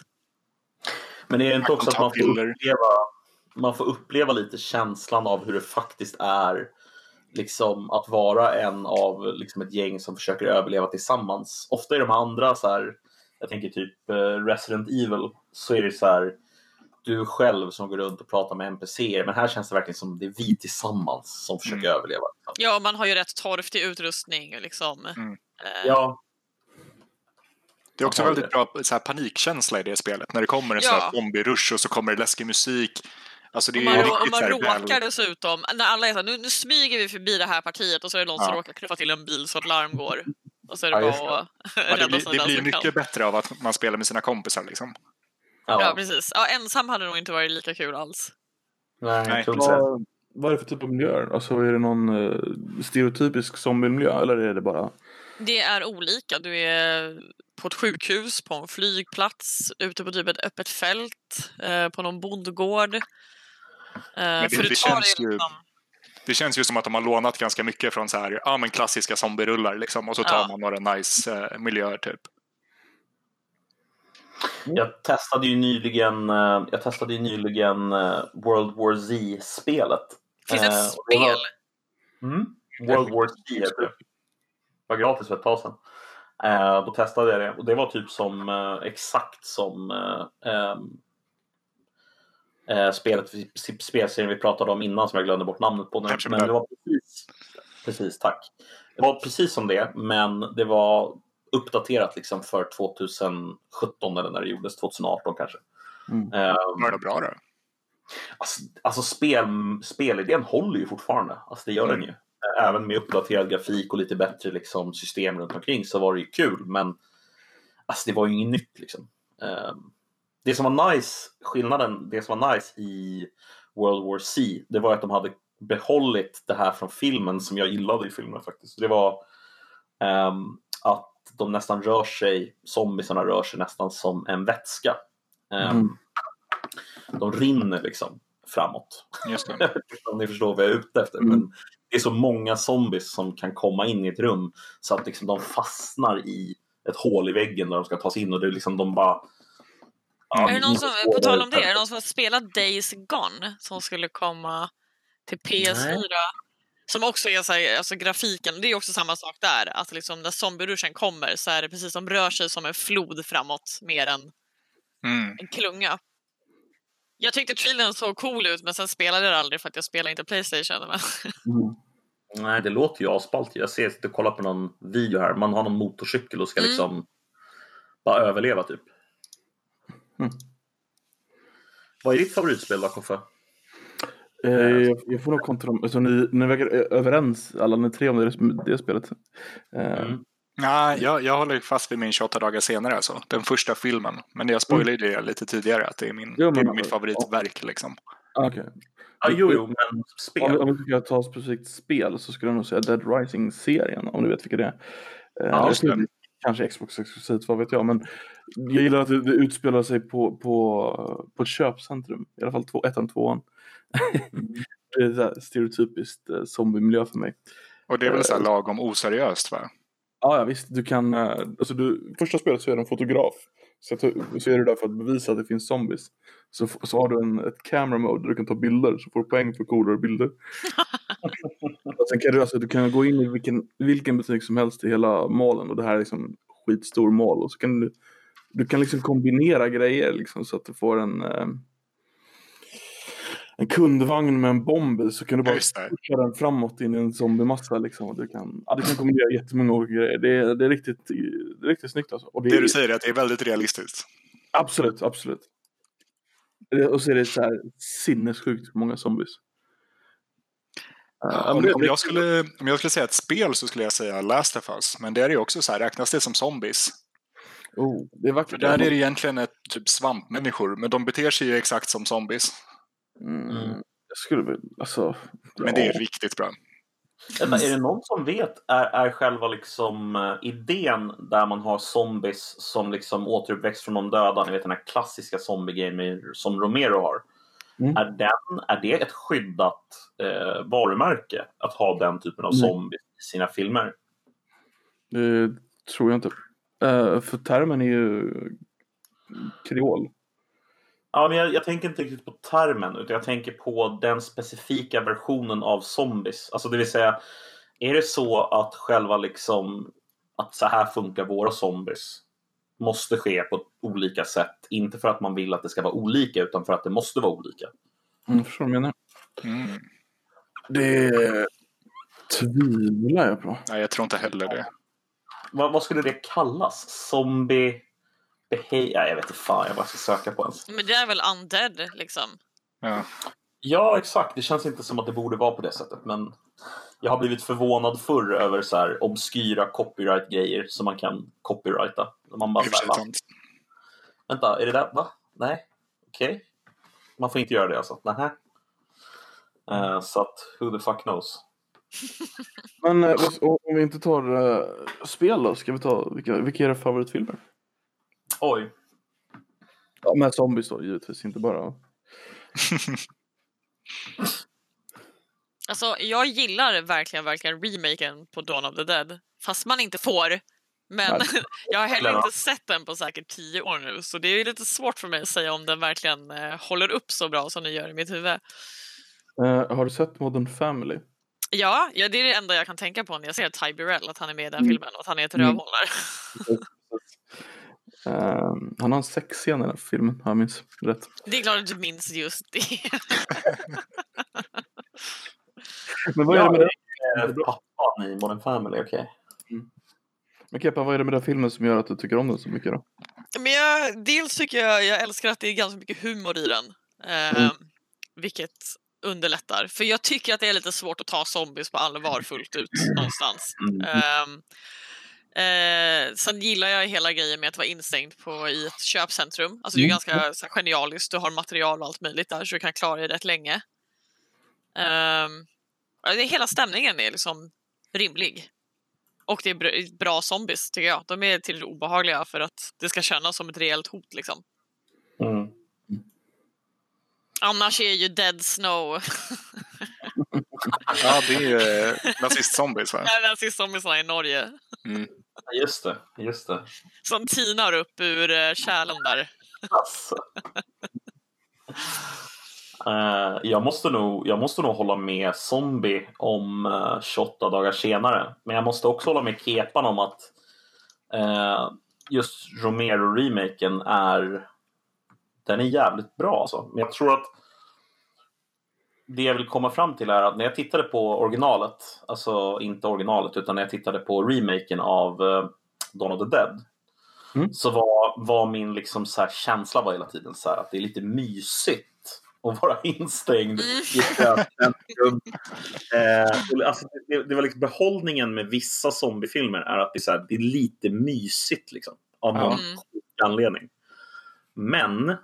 S3: Men det är inte
S4: Man
S3: också att
S4: kan ta
S3: man får,
S4: piller.
S3: uppleva, man får uppleva lite känslan av hur det faktiskt är liksom, att vara en av liksom, ett gäng som försöker överleva tillsammans. Ofta i de andra, så här, jag tänker typ eh, Resident Evil, så är det så här du själv som går runt och pratar med NPCer, men här känns det verkligen som det är vi tillsammans som försöker
S4: Mm.
S3: överleva.
S2: Ja, och man har ju rätt torftig utrustning. och Liksom.
S4: Mm.
S2: Eh,
S3: Ja,
S4: Det är också
S3: Jag har
S4: väldigt bra så här, panikkänsla i det spelet. När det kommer en
S2: Ja.
S4: sån här zombie-rush och så kommer det läskig musik. Alltså det är
S2: Om
S4: ju
S2: man, rå- om
S4: riktigt så
S2: man
S4: här väl...
S2: råkar dessutom, när alla är så här, nu, nu smyger vi förbi det här partiet och så är det någon som
S4: Ja.
S2: råkar knuffa till en bil så att larm går. Och så är det
S3: Ja, just
S2: bara att
S4: Ja, det
S2: rädda
S4: blir,
S2: sig
S4: det
S2: den
S4: blir
S2: som
S4: mycket
S2: kan.
S4: bättre av att man spelar med sina kompisar liksom.
S2: Ja, precis. Ja, ensam hade nog inte varit lika kul alls.
S3: Nej,
S4: Nej.
S3: jag tror inte det.
S1: Vad, vad är det för typ av miljöer? Alltså är det någon eh, stereotypisk zombiemiljö eller är det bara
S2: Det är olika. Du är på ett sjukhus, på en flygplats, ute på typ ett öppet fält, eh, på någon bondgård. Eh,
S4: det-
S2: för du
S4: det
S2: tar
S4: känns
S2: det
S4: ju-
S2: liksom...
S4: Det känns ju som att de har lånat ganska mycket från så här, ja, men klassiska zombierullar liksom, och så tar
S2: Ja.
S4: man några nice eh, miljöer typ.
S3: Jag testade ju nyligen, eh, jag testade ju nyligen eh, World War Z-spelet.
S2: Finns
S3: Eh,
S2: ett
S3: och det var-
S2: spel?
S3: Mm. World War Z heter det. var gratis för ett tag sedan. Eh, då testade jag det och det var typ som eh, exakt som eh, ehm, eh, spelet, spelserien vi pratade om innan som jag glömde bort namnet på nu.
S4: Capture
S3: Men
S4: the
S3: det var precis, precis, tack. Det var precis som det, men det var uppdaterat liksom för 2017 eller när det gjordes, 2018 kanske.
S1: Mm.
S3: Ehm,
S4: Var det bra då?
S3: Alltså, alltså spel, spelidén håller ju fortfarande. Alltså det gör den ju. Även med uppdaterad grafik och lite bättre liksom, system runt omkring så var det ju kul. Men alltså, det var ju inget nytt liksom. Ehm, Det som var nice, skillnaden, det som var nice i World War C, det var att de hade behållit det här från filmen som jag gillade i filmen faktiskt. Det var ehm, att de nästan rör sig, zombiesarna rör sig nästan som en vätska. Ehm,
S1: Mm.
S3: De rinner liksom framåt.
S4: Just det.
S3: Jag vet inte om ni förstår vad jag är ute efter.
S1: Mm.
S3: Men det är så många zombies som kan komma in i ett rum så att liksom de fastnar i ett hål i väggen där de ska ta sig in och det är liksom de bara... Ja,
S2: Är det
S3: ni-
S2: någon som,
S3: ni
S2: på
S3: förstår
S2: tal
S3: vad
S2: om
S3: jag
S2: det, är det
S3: tänker.
S2: någon som har spelat Days Gone som skulle komma till PS4?
S3: Nej.
S2: Som också är så här, alltså grafiken, det är också samma sak där. Att liksom när zombieruschen kommer så är det precis som rör sig som en flod framåt mer än
S4: Mm.
S2: en klunga. Jag tyckte trailern såg cool ut men sen spelade jag det aldrig för att jag spelar inte Playstation. Men [laughs]
S1: Mm.
S3: Nej, det låter ju asballt. Jag ser, du kollar på någon video här. Man har någon motorcykel och ska
S2: Mm.
S3: liksom bara överleva typ.
S1: Mm.
S3: Vad är ditt favoritspel då, Koffe?
S1: Eh, Jag, jag får nog kontra dem. Alltså, ni, ni verkar ö- överens alla ni tre om det, det spelet. Eh,
S3: Mm.
S4: Ja, jag, jag håller fast vid min 28 dagar senare alltså. Den första filmen. Men jag spoilade ju det lite tidigare att det är, min,
S1: Jo, men-
S4: det är mitt favoritverk liksom.
S1: ah, okej.
S3: Ja, jo, jo, men
S1: Om,
S3: spel.
S1: om vi ska ta ett specifikt spel så skulle jag nog säga Dead Rising-serien om du vet vilka det är. Eh,
S4: Ja,
S1: jag
S4: just det.
S1: tror Kanske Xbox exklusivt, vad vet jag. Men jag gillar att det, det utspelar sig på, på, på ett köpcentrum. I alla fall två, ettan, tvåan.
S4: Mm.
S1: [laughs] det är så här stereotypiskt eh, zombiemiljö för mig.
S4: Och det är väl så här
S1: Eh.
S4: lagom oseriöst va?
S1: Ja, ja visst. Du kan, eh, alltså du, första spelet så är du en fotograf. Så, att, du- så är du där för att bevisa att det finns zombies. Så, f- så har du en, ett camera mode där du kan ta bilder. Så får du poäng för coolare
S4: [laughs]
S1: bilder. och sen kan du, alltså, du kan gå in i vilken, vilken butik som helst i hela mallen. Och det här är liksom skitstor mall. Och så kan du, du kan liksom kombinera grejer liksom, så att du får en, eh, en kundvagn med en bomb i, Så kan du
S4: Ja,
S1: bara
S4: just det.
S1: pushar den framåt in i en zombiemassa liksom. Och du kan, ja, du kan kombinera jättemånga olika grejer. Det är, det är, riktigt, det är riktigt snyggt alltså. Och det,
S4: Det
S1: är,
S4: du säger är att det är väldigt realistiskt.
S1: Absolut, absolut. Det- Och så är det så här sinnessjukt många zombies. Ja, men
S4: Om,
S1: det-
S4: om, jag skulle, om jag skulle säga ett spel så skulle jag säga Last of Us. Men det är ju också så här, räknas det som zombies?
S1: Oh, det är
S4: För
S1: vackert.
S4: där är det egentligen ett typ svampmänniskor, men de beter sig ju exakt som zombies.
S1: Mm, jag skulle väl, alltså...
S4: Men det är riktigt bra.
S3: Vänta, är det någon som vet, är, är själva liksom eh, idén där man har zombies som liksom återuppväxt från de döda, ni vet den här klassiska zombie-gamer som Romero har.
S1: Mm.
S3: Är, den, är det ett skyddat eh, varumärke att ha den typen av
S1: Nej.
S3: zombies i sina filmer?
S1: Det tror jag inte. Eh, för termen är ju kreol.
S3: Ja, men jag, jag tänker inte riktigt på termen, utan jag tänker på den specifika versionen av zombies. Alltså det vill säga, är det så att själva liksom, att så här funkar våra zombies, måste ske på olika sätt. Inte för att man vill att det ska vara olika, utan för att det måste vara olika.
S1: Mm, förstår du vad jag menar?
S4: Mm.
S1: Det tvivlar jag på.
S4: Nej, jag tror inte heller det.
S3: Vad, vad skulle det kallas? Zombie... Behej... Ja, jag vet inte fan, jag bara ska söka på ens.
S2: Men det är väl undead liksom.
S4: Ja.
S3: Ja, exakt. Det känns inte som att det borde vara på det sättet. Men jag har blivit förvånad förr över så här obskyra copyright-grejer som man kan copyrighta. Och Man bara
S4: I och för
S3: så här,
S4: sig
S3: va?
S4: sant.
S3: Vänta, är det där? Va? Nej? Okej. Man får inte göra det alltså? Nähä. Eh, så att, who the fuck knows?
S1: Men eh, vad- och om vi inte tar eh, spel då, ska vi ta vilka, vilka är era favoritfilmer?
S3: Oj.
S1: Ja, med zombies då givetvis, inte bara.
S2: Alltså, jag gillar verkligen, verkligen remaken på Dawn of the Dead. Fast man inte får. Men
S1: Nej.
S2: [laughs] jag har heller
S3: Eller
S2: inte sett den på säkert tio år nu, så det är ju lite svårt för mig att säga om den verkligen eh, håller upp så bra som den gör i mitt huvud.
S1: Eh, har du sett Modern Family?
S2: Ja, ja, det är det enda jag kan tänka på när jag ser Ty Burrell, att han är med i den
S1: Mm.
S2: filmen och att han är ett
S1: Mm.
S2: rövhållare.
S1: Eh, han har en sexscen i den här filmen, om jag minns rätt.
S2: [laughs] Det är klart att du minns just det.
S1: Men vad är det med den,
S3: Eh, Pappan i Modern Family, okej.
S1: men Keppa, vad är det med den filmen som gör att du tycker om den så mycket då?
S2: Men jag, dels tycker jag, jag älskar att det är ganska mycket humor i den. Eh,
S1: Mm.
S2: Vilket underlättar. För jag tycker att det är lite svårt att ta zombies på allvar fullt ut någonstans.
S1: Mm.
S2: Ehm, eh, sen gillar jag hela grejen med att vara instängd på, i ett köpcentrum. Alltså det är ju
S1: Mm.
S2: ganska så här, genialiskt, du har material och allt möjligt där så du kan klara dig rätt länge. Ehm, ja, det, hela stämningen är liksom rimlig. Och det är br- bra zombies tycker jag. De är tillräckligt obehagliga för att det ska kännas som ett reellt hot. Liksom.
S3: Mm.
S2: Annars är ju Dead Snow, [laughs]
S4: Ja, det är ju eh, nazist-zombies va?
S2: den sista zombiesarna i Norge,
S3: Just det, just det.
S2: som tinar upp ur eh, kärlen där.
S3: Alltså. Eh, jag, måste nog, jag måste nog hålla med Zombie om eh, 28 dagar senare. Men jag måste också hålla med Kepan om att eh, just Romero-remaken är den är jävligt bra. Alltså. Men jag tror att det jag vill komma fram till är att när jag tittade på originalet, alltså inte originalet utan när jag tittade på remaken av eh, Dawn of the Dead
S1: Mm.
S3: så var, var min liksom så här känsla var hela tiden så här att det är lite mysigt att vara instängd
S2: Mm.
S3: i ett köpcentrum. eh, och alltså, det, det var liksom behållningen med vissa zombiefilmer är att det är, så här, det är lite mysigt liksom, av
S4: Ja.
S3: någon
S2: Mm.
S3: anledning. Men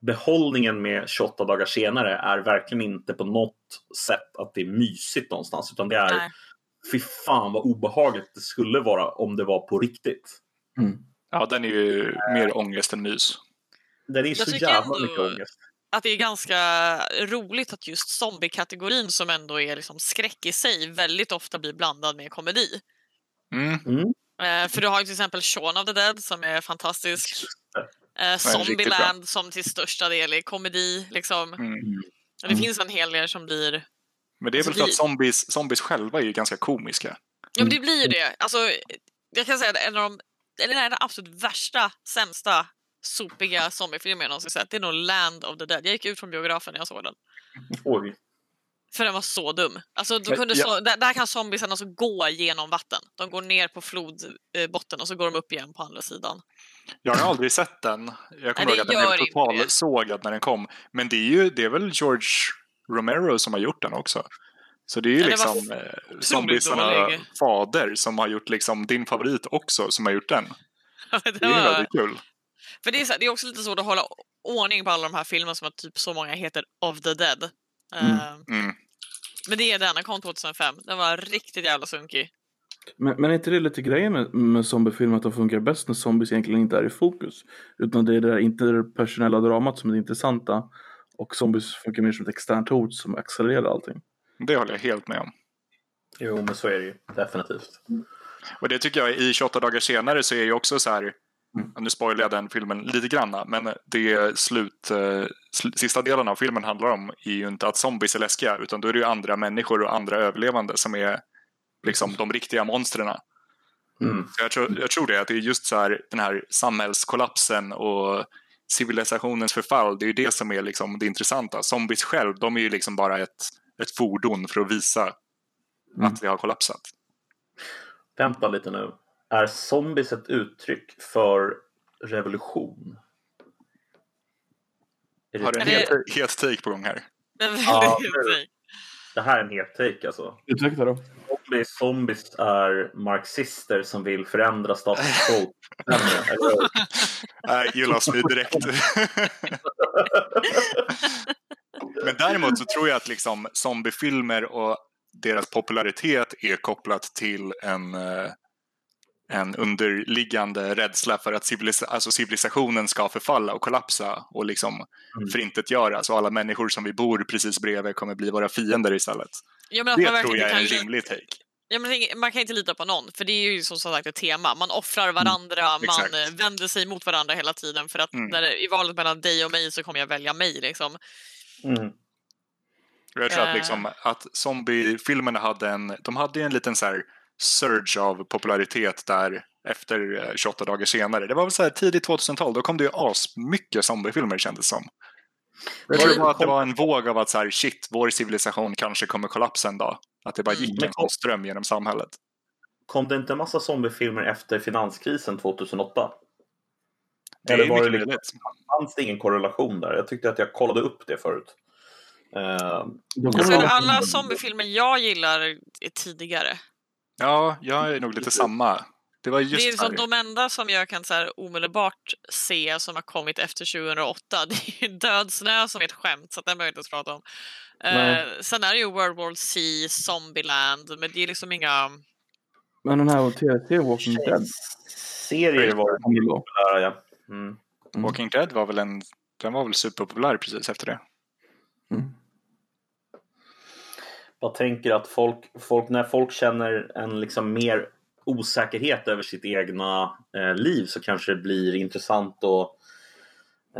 S3: behållningen med 28 dagar senare är verkligen inte på något sätt att det är mysigt någonstans. Utan det är
S2: Nej.
S3: fy fan vad obehagligt det skulle vara om det var på riktigt.
S4: Ja, den är ju mer ångest än mys.
S3: Den är
S2: Jag
S3: så
S2: tycker
S3: jävla
S2: ändå-
S3: mycket ångest.
S2: att det är ganska roligt att just zombiekategorin som ändå är liksom skräck i sig väldigt ofta blir blandad med komedi.
S4: Mm.
S2: Eh, för du har ju till exempel Shaun of the Dead som är fantastisk. Eh, Zombieland som till största del är komedi. Liksom.
S4: Mm.
S2: Och Det
S1: Mm.
S2: finns en hel del som blir...
S4: Men det är väl för att
S1: Alltså,
S4: zombies, zombies själva är ju ganska komiska.
S2: Ja, men det blir ju det. Alltså, jag kan säga att en av de... Eller nej, den absolut värsta, sämsta sopiga zombiefilmen jag någonsin sett. Det är nog Land of the Dead. Jag gick ut från biografen när jag såg den.
S3: Oj.
S2: För den var så dum. Alltså, de
S4: Men
S2: kunde
S4: jag-
S2: så, där, där kan zombiesen alltså gå genom vatten. De går ner på flodbotten eh, och så går de upp igen på andra sidan. [laughs]
S4: Jag har aldrig sett den. Jag kommer
S2: det
S4: ihåg att den
S2: gör
S4: blev
S2: inte det.
S4: totalsågad när den kom. Men det är ju det är väl George Romero som har gjort den också. Så det är ju
S2: Ja, det var
S4: liksom eh, zombiesarna
S2: dålig.
S4: fader som har gjort liksom din favorit också som har gjort den.
S2: det
S4: Det är ju
S2: var,
S4: väldigt kul.
S2: för det är, så, här- det är också lite svårt att hålla ordning på alla de här filmerna som har typ så många heter Of the Dead. Eh,
S4: Mm.
S2: Men det är denna kom 2005. Den var riktigt jävla sunkig.
S1: Men, men är inte det lite grejen med, med zombiefilmer att de funkar bäst när zombies egentligen inte är i fokus? Utan det är det där interpersonella dramat som är det intressanta och zombies funkar mer som ett externt hot som accelererar allting.
S4: Det håller jag helt med om.
S3: Jo, men så är det ju. Definitivt.
S4: Och det tycker jag i 28 dagar senare så är ju också så här, nu spoilar jag den filmen lite granna, men det slut, eh, sl- sista delen av filmen handlar om är ju inte att zombies är läskiga, utan då är det ju andra människor och andra överlevande som är liksom de riktiga monstren.
S3: Mm.
S4: Så Jag tror, jag tror det, att det är just så här, den här samhällskollapsen och civilisationens förfall, det är ju det som är liksom det intressanta. Zombies själv, de är ju liksom bara ett, ett fordon för att visa
S1: Mm.
S4: att det har kollapsat.
S3: Vänta lite nu. Är zombies ett uttryck för revolution? Är det,
S4: Har du en
S2: det-
S4: het, [laughs] het take på gång här?
S2: Den är väldigt
S3: Ja,
S2: unik.
S3: det här är en het take alltså.
S1: Ursäkta då.
S3: Zombies, zombies är marxister som vill förändra
S4: [laughs]
S3: status quo. Stämmer, eller hur? [laughs]
S4: Nej, you lost me direkt. Men däremot så tror jag att liksom zombiefilmer och deras popularitet är kopplat till en, eh, en underliggande rädsla för att civilis- alltså civilisationen ska förfalla och kollapsa och liksom
S3: Mm.
S4: förintetgöras och alla människor som vi bor precis bredvid kommer bli våra fiender istället.
S2: Ja, men att
S4: Det
S2: man
S4: tror
S2: verkligen
S4: jag är en
S2: kan-
S4: rimlig take.
S2: Ja, men tänk- man kan inte lita på någon, för det är ju som sagt ett tema. Man offrar varandra, man
S4: Mm. exakt.
S2: eh, vänder sig mot varandra hela tiden för att
S4: Mm.
S2: när det, i valet mellan dig och mig så kommer jag välja mig. Liksom.
S3: Mm.
S4: Och Jag tror
S2: Eh.
S4: att, liksom, att zombiefilmerna hade en, de hade ju en liten så här surge av popularitet där efter eh, 28 dagar senare. Det var väl så här tidigt 2000-tal, då kom det ju asmycket zombiefilmer kändes som. Jag tror det var att det var en våg av att så här, shit, vår civilisation kanske kommer kollapsa en dag. Att det bara
S2: Mm.
S4: gick en sån ström genom samhället.
S3: Kom det inte en massa zombiefilmer efter finanskrisen 2008?
S4: Det
S3: Eller
S4: är
S3: var det
S4: mycket
S3: liksom-
S4: möjligt.
S3: Fanns det ingen korrelation där? Jag tyckte att jag kollade upp det förut. Eh,
S1: De
S2: Alltså,
S1: kommer-
S2: alla zombiefilmer jag gillar är tidigare.
S4: Ja, jag är nog lite samma. Det var
S2: det är
S4: just
S2: liksom
S4: där.
S2: de enda som jag kan så här, omedelbart se som har kommit efter 2008. [laughs] Det är ju Död snö som är ett skämt, så att den behöver jag inte ens prata om.
S1: Nej.
S2: Eh, sen är det ju World War C, Zombieland, men det är liksom inga...
S1: Men den här TRT Walking Dead.
S3: Serier var
S1: han gillar.
S3: populära, ja. Mm.
S4: Walking Dead var väl en, den var väl superpopulär precis efter det.
S3: Jag tänker att folk, folk, när folk känner en liksom mer osäkerhet över sitt egna eh, liv så kanske det blir intressant att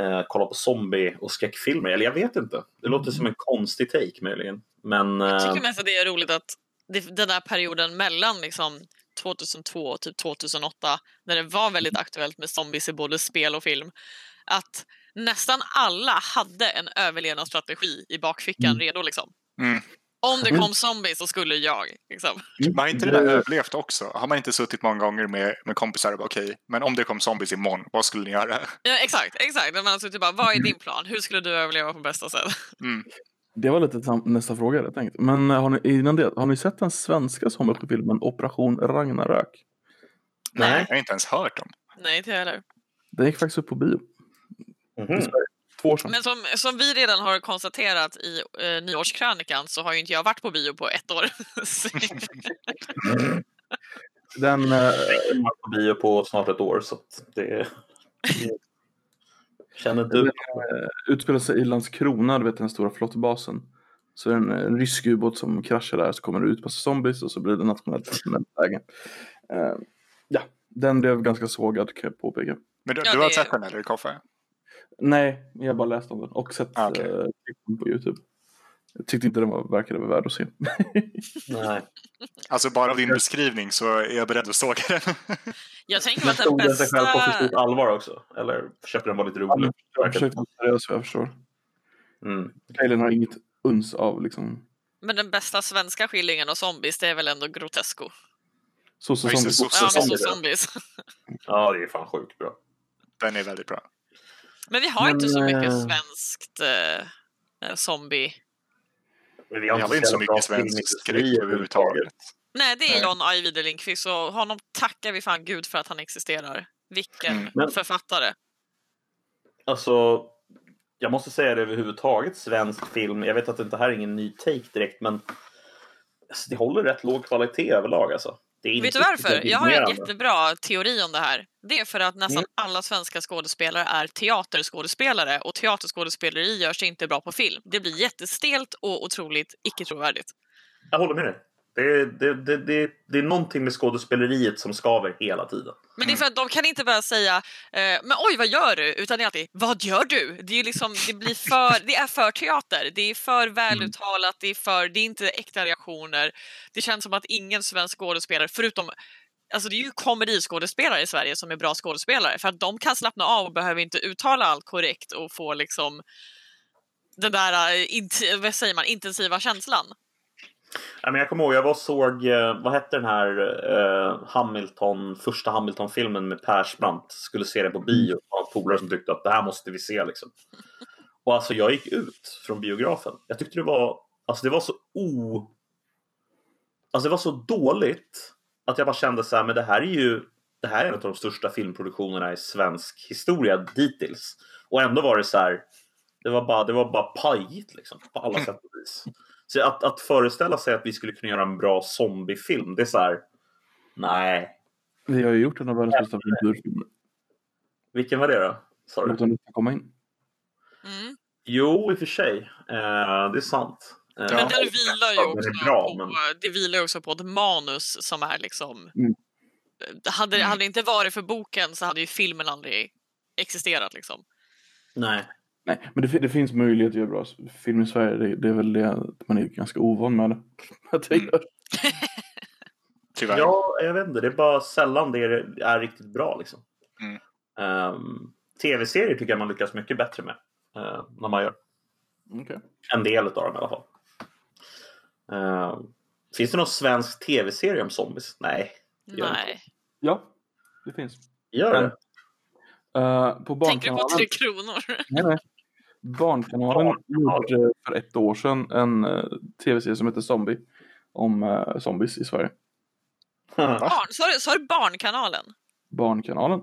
S3: eh, kolla på zombie och skräckfilmer. Eller jag vet inte. Det låter som en konstig take möjligen. Men
S2: Jag
S3: eh,
S1: Ehm.
S2: tycker mest att det är roligt att det, den här perioden mellan liksom 2002 och typ 2008 när det var väldigt aktuellt med zombies i både spel och film att nästan alla hade en överlevnadsstrategi i bakfickan
S1: Mm.
S2: redo liksom.
S4: Mm.
S2: Om det
S1: Mm.
S2: kom zombies så skulle jag. Liksom.
S4: Man har inte det där överlevt också? Har man inte suttit många gånger med, med kompisar och bara okej, men om det kom zombies imorgon, vad skulle ni göra? [laughs]
S2: Ja, exakt, exakt. Men alltså, typ bara, vad är
S1: Mm.
S2: din plan? Hur skulle du överleva på bästa sätt? [laughs]
S4: Mm.
S1: Det var lite sam- nästa fråga jag hade tänkt. Men eh, har ni, innan det, har ni sett den svenska zombiefilmen Operation Ragnarök?
S3: nej.
S4: Jag har inte ens hört dem.
S2: Nej, inte jag heller.
S1: Den gick faktiskt upp på bio.
S3: Mhm.
S1: Två år sedan.
S2: Men som, som vi redan har konstaterat i eh, nyårskrönikan så har ju inte jag varit på bio på ett år. [laughs] Så-
S1: Den, eh,
S3: Jag har varit på bio på snart ett år så att [laughs] det... Känner du?
S1: utspelar sig i Landskrona, du vet den stora flottbasen. Så är det en, en rysk ubåt som kraschar där, så kommer det ut massa zombies och så blir det nationellt läge. Eh, ja, den blev ganska sågad kan jag påpeka.
S4: Men du,
S2: Ja,
S4: du har
S2: det-
S4: sett den eller Koffe?
S1: Nej, jag har bara läst om den och sett
S4: Ah, okej.
S1: eh, klippen på Youtube. Jag tyckte inte den var, verkade vara värd att se.
S3: Nej.
S4: Alltså bara av din beskrivning så är jag beredd att såga den. [laughs]
S2: Jag tänker
S3: Men
S2: att den
S3: stod den sig själv på för
S2: bästa...
S3: stort allvar också? Eller försökte den vara lite rolig?
S1: Jag försökte vara seriös, jag förstår.
S3: Mm.
S1: Trailern har inget uns av liksom...
S2: Men den bästa svenska skildringen av zombies, det är väl ändå Grotesco?
S1: Så, så,
S4: Ja, just det,
S1: som,
S4: så-
S2: Ja, men så
S3: zombies, ja.
S2: zombies. [laughs]
S3: Ja, det är fan sjukt bra.
S4: Den är väldigt bra.
S2: Men vi har inte så
S1: Men,
S2: mycket
S1: eh,
S2: svenskt eh, eh, zombie.
S3: Men
S4: Jag har inte så mycket svensk skräck överhuvudtaget.
S2: Nej, det är
S4: Nej.
S2: John Ajvide Lindqvist och honom tackar vi fan gud för att han existerar. Vilken
S4: Mm.
S3: Men-
S2: författare.
S3: Alltså, jag måste säga det överhuvudtaget, svensk film. Jag vet att det här är ingen ny take direkt, men alltså, det håller rätt låg kvalitet överlag. Alltså. Det är
S2: Vet
S3: inte
S2: du varför?
S3: speciellt
S2: Jag har en
S3: imponerande. Mm.
S2: jättebra teori om det här. Det är för att nästan alla svenska skådespelare är teaterskådespelare och teaterskådespeleri gör sig inte bra på film. Det blir jättestelt och otroligt icke-trovärdigt.
S3: Jag håller med dig. Det, det, det, det, det är någonting med skådespeleriet som skaver hela tiden.
S2: Men det är för att de kan inte bara säga eh, “men oj, vad gör du?” utan det är alltid “vad gör du?” Det är, ju liksom, det blir för, det är för teater, det är för väluttalat, det är, för, det är inte äkta reaktioner. Det känns som att ingen svensk skådespelare, förutom Alltså det är ju komediskådespelare i Sverige som är bra skådespelare för att de kan slappna av och behöver inte uttala allt korrekt och få liksom den där eh, int- vad säger man, intensiva känslan.
S3: Ja, men jag kommer ihåg, jag var och såg, eh, vad hette den här eh, Hamilton, första Hamilton-filmen med Persbrandt. Skulle se den på bio. Det var en polare som tyckte att det här måste vi se liksom. Och alltså jag gick ut från biografen. Jag tyckte det var, alltså det var så o... Alltså det var så dåligt att jag bara kände så här, men det här är ju, det här är en av de största filmproduktionerna i svensk historia dittills. Och ändå var det så här, det var bara, det var bara pajigt liksom på alla sätt och vis. Så att, att föreställa sig att vi skulle kunna göra en bra zombiefilm, det är så här. Nej.
S1: Vi har ju gjort en av världens bästa kulturfilmer.
S3: Vilken var det då? Sa du?
S1: Låt den komma in.
S2: Mm.
S3: Jo, i och för sig. Eh, det är sant. Eh,
S4: Ja.
S2: Men den vilar ju
S3: den är
S2: också,
S3: bra,
S2: på, det vilar ju också på ett manus som är liksom...
S1: Mm.
S2: Hade,
S4: Mm.
S2: hade det inte varit för boken så hade ju filmen aldrig existerat. Liksom.
S3: Nej.
S1: Nej, men det, fi- det finns möjlighet att göra bra film i Sverige. Det, det är väl det att man är ganska ovan med det. [laughs] Att det
S4: Mm.
S1: görs.
S4: Tyvärr.
S3: Ja, jag vet inte. Det är bara sällan det är, är riktigt bra. Liksom.
S4: Mm.
S3: Ehm, Tv-serier tycker jag man lyckas mycket bättre med. eh, när man gör
S1: Okej.
S3: en del av dem i alla fall. Ehm, finns det någon svensk tv-serie om zombies? Nej. Ja.
S2: Nej.
S1: Ja, det finns.
S3: Gör det?
S1: Eh, på
S2: Tänker du på
S1: Barnkanalen,
S2: Tre Kronor?
S1: nej, nej. barnkanalen gjorde för ett år sedan en eh, tv-serie som heter Zombie. Om eh, zombies i Sverige.
S2: Barn, sa, du, sa du Barnkanalen?
S1: Barnkanalen.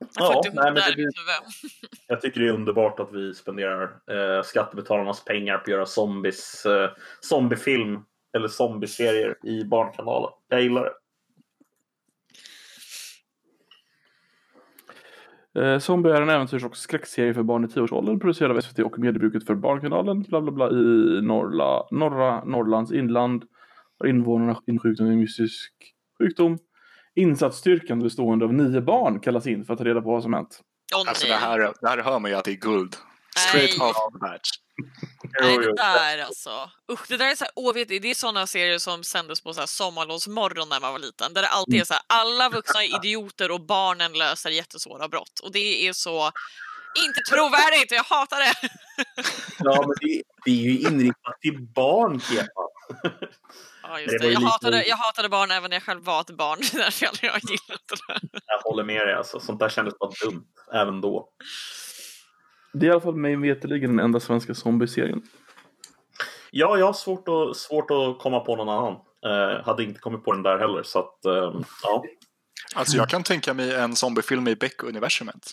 S2: Jag får
S3: Ja,
S2: inte
S3: nej,
S2: ihop
S3: men
S2: det här
S3: det
S2: i mitt huvud.
S3: jag tycker det är underbart att vi spenderar eh, skattebetalarnas pengar på att göra zombies, eh, zombiefilm eller zombieserier i Barnkanalen. Jag gillar det.
S1: Eh, Zombie är en äventyrs och skräckserie för barn i 10-årsåldern producerad av SVT och mediebruket för Barnkanalen bla bla bla i norra, norra Norrlands inland. Har invånarna insjuknat i en mystisk sjukdom. Insatsstyrkan bestående av nio barn kallas in för att ta reda på vad som hänt.
S2: Åh
S4: Alltså det
S2: nej.
S4: här, det här hör man ju att det är guld. Straight
S2: Nej.
S4: off the match.
S2: Nej, det där alltså. Usch, det där är så här, åh, vet du, det är sådana serier som sändes på så här sommarlovsmorgon när man var liten. Där det alltid är så här, alla vuxna är idioter och barnen löser jättesvåra brott. Och det är så inte trovärdigt, jag hatar det.
S3: [laughs] Ja, men det, det är ju inriktat till barn, Kepa.
S2: Ja,
S3: Det
S2: just
S3: var
S2: det.
S3: ju
S2: Jag,
S3: lite-
S2: hatade, jag hatade barn även när jag själv var ett barn. [laughs] Det är därför jag aldrig har gillat det där.
S3: Jag håller med dig. Alltså. Sånt där kändes bara dumt, även då.
S1: Det är i alla fall mig veterligen den enda svenska zombieserien.
S3: Ja, jag har svårt att, svårt att komma på någon annan. Eh, hade inte kommit på den där heller. Så att, ehm, ja.
S4: Alltså jag kan tänka mig en zombiefilm i Beck-universumet.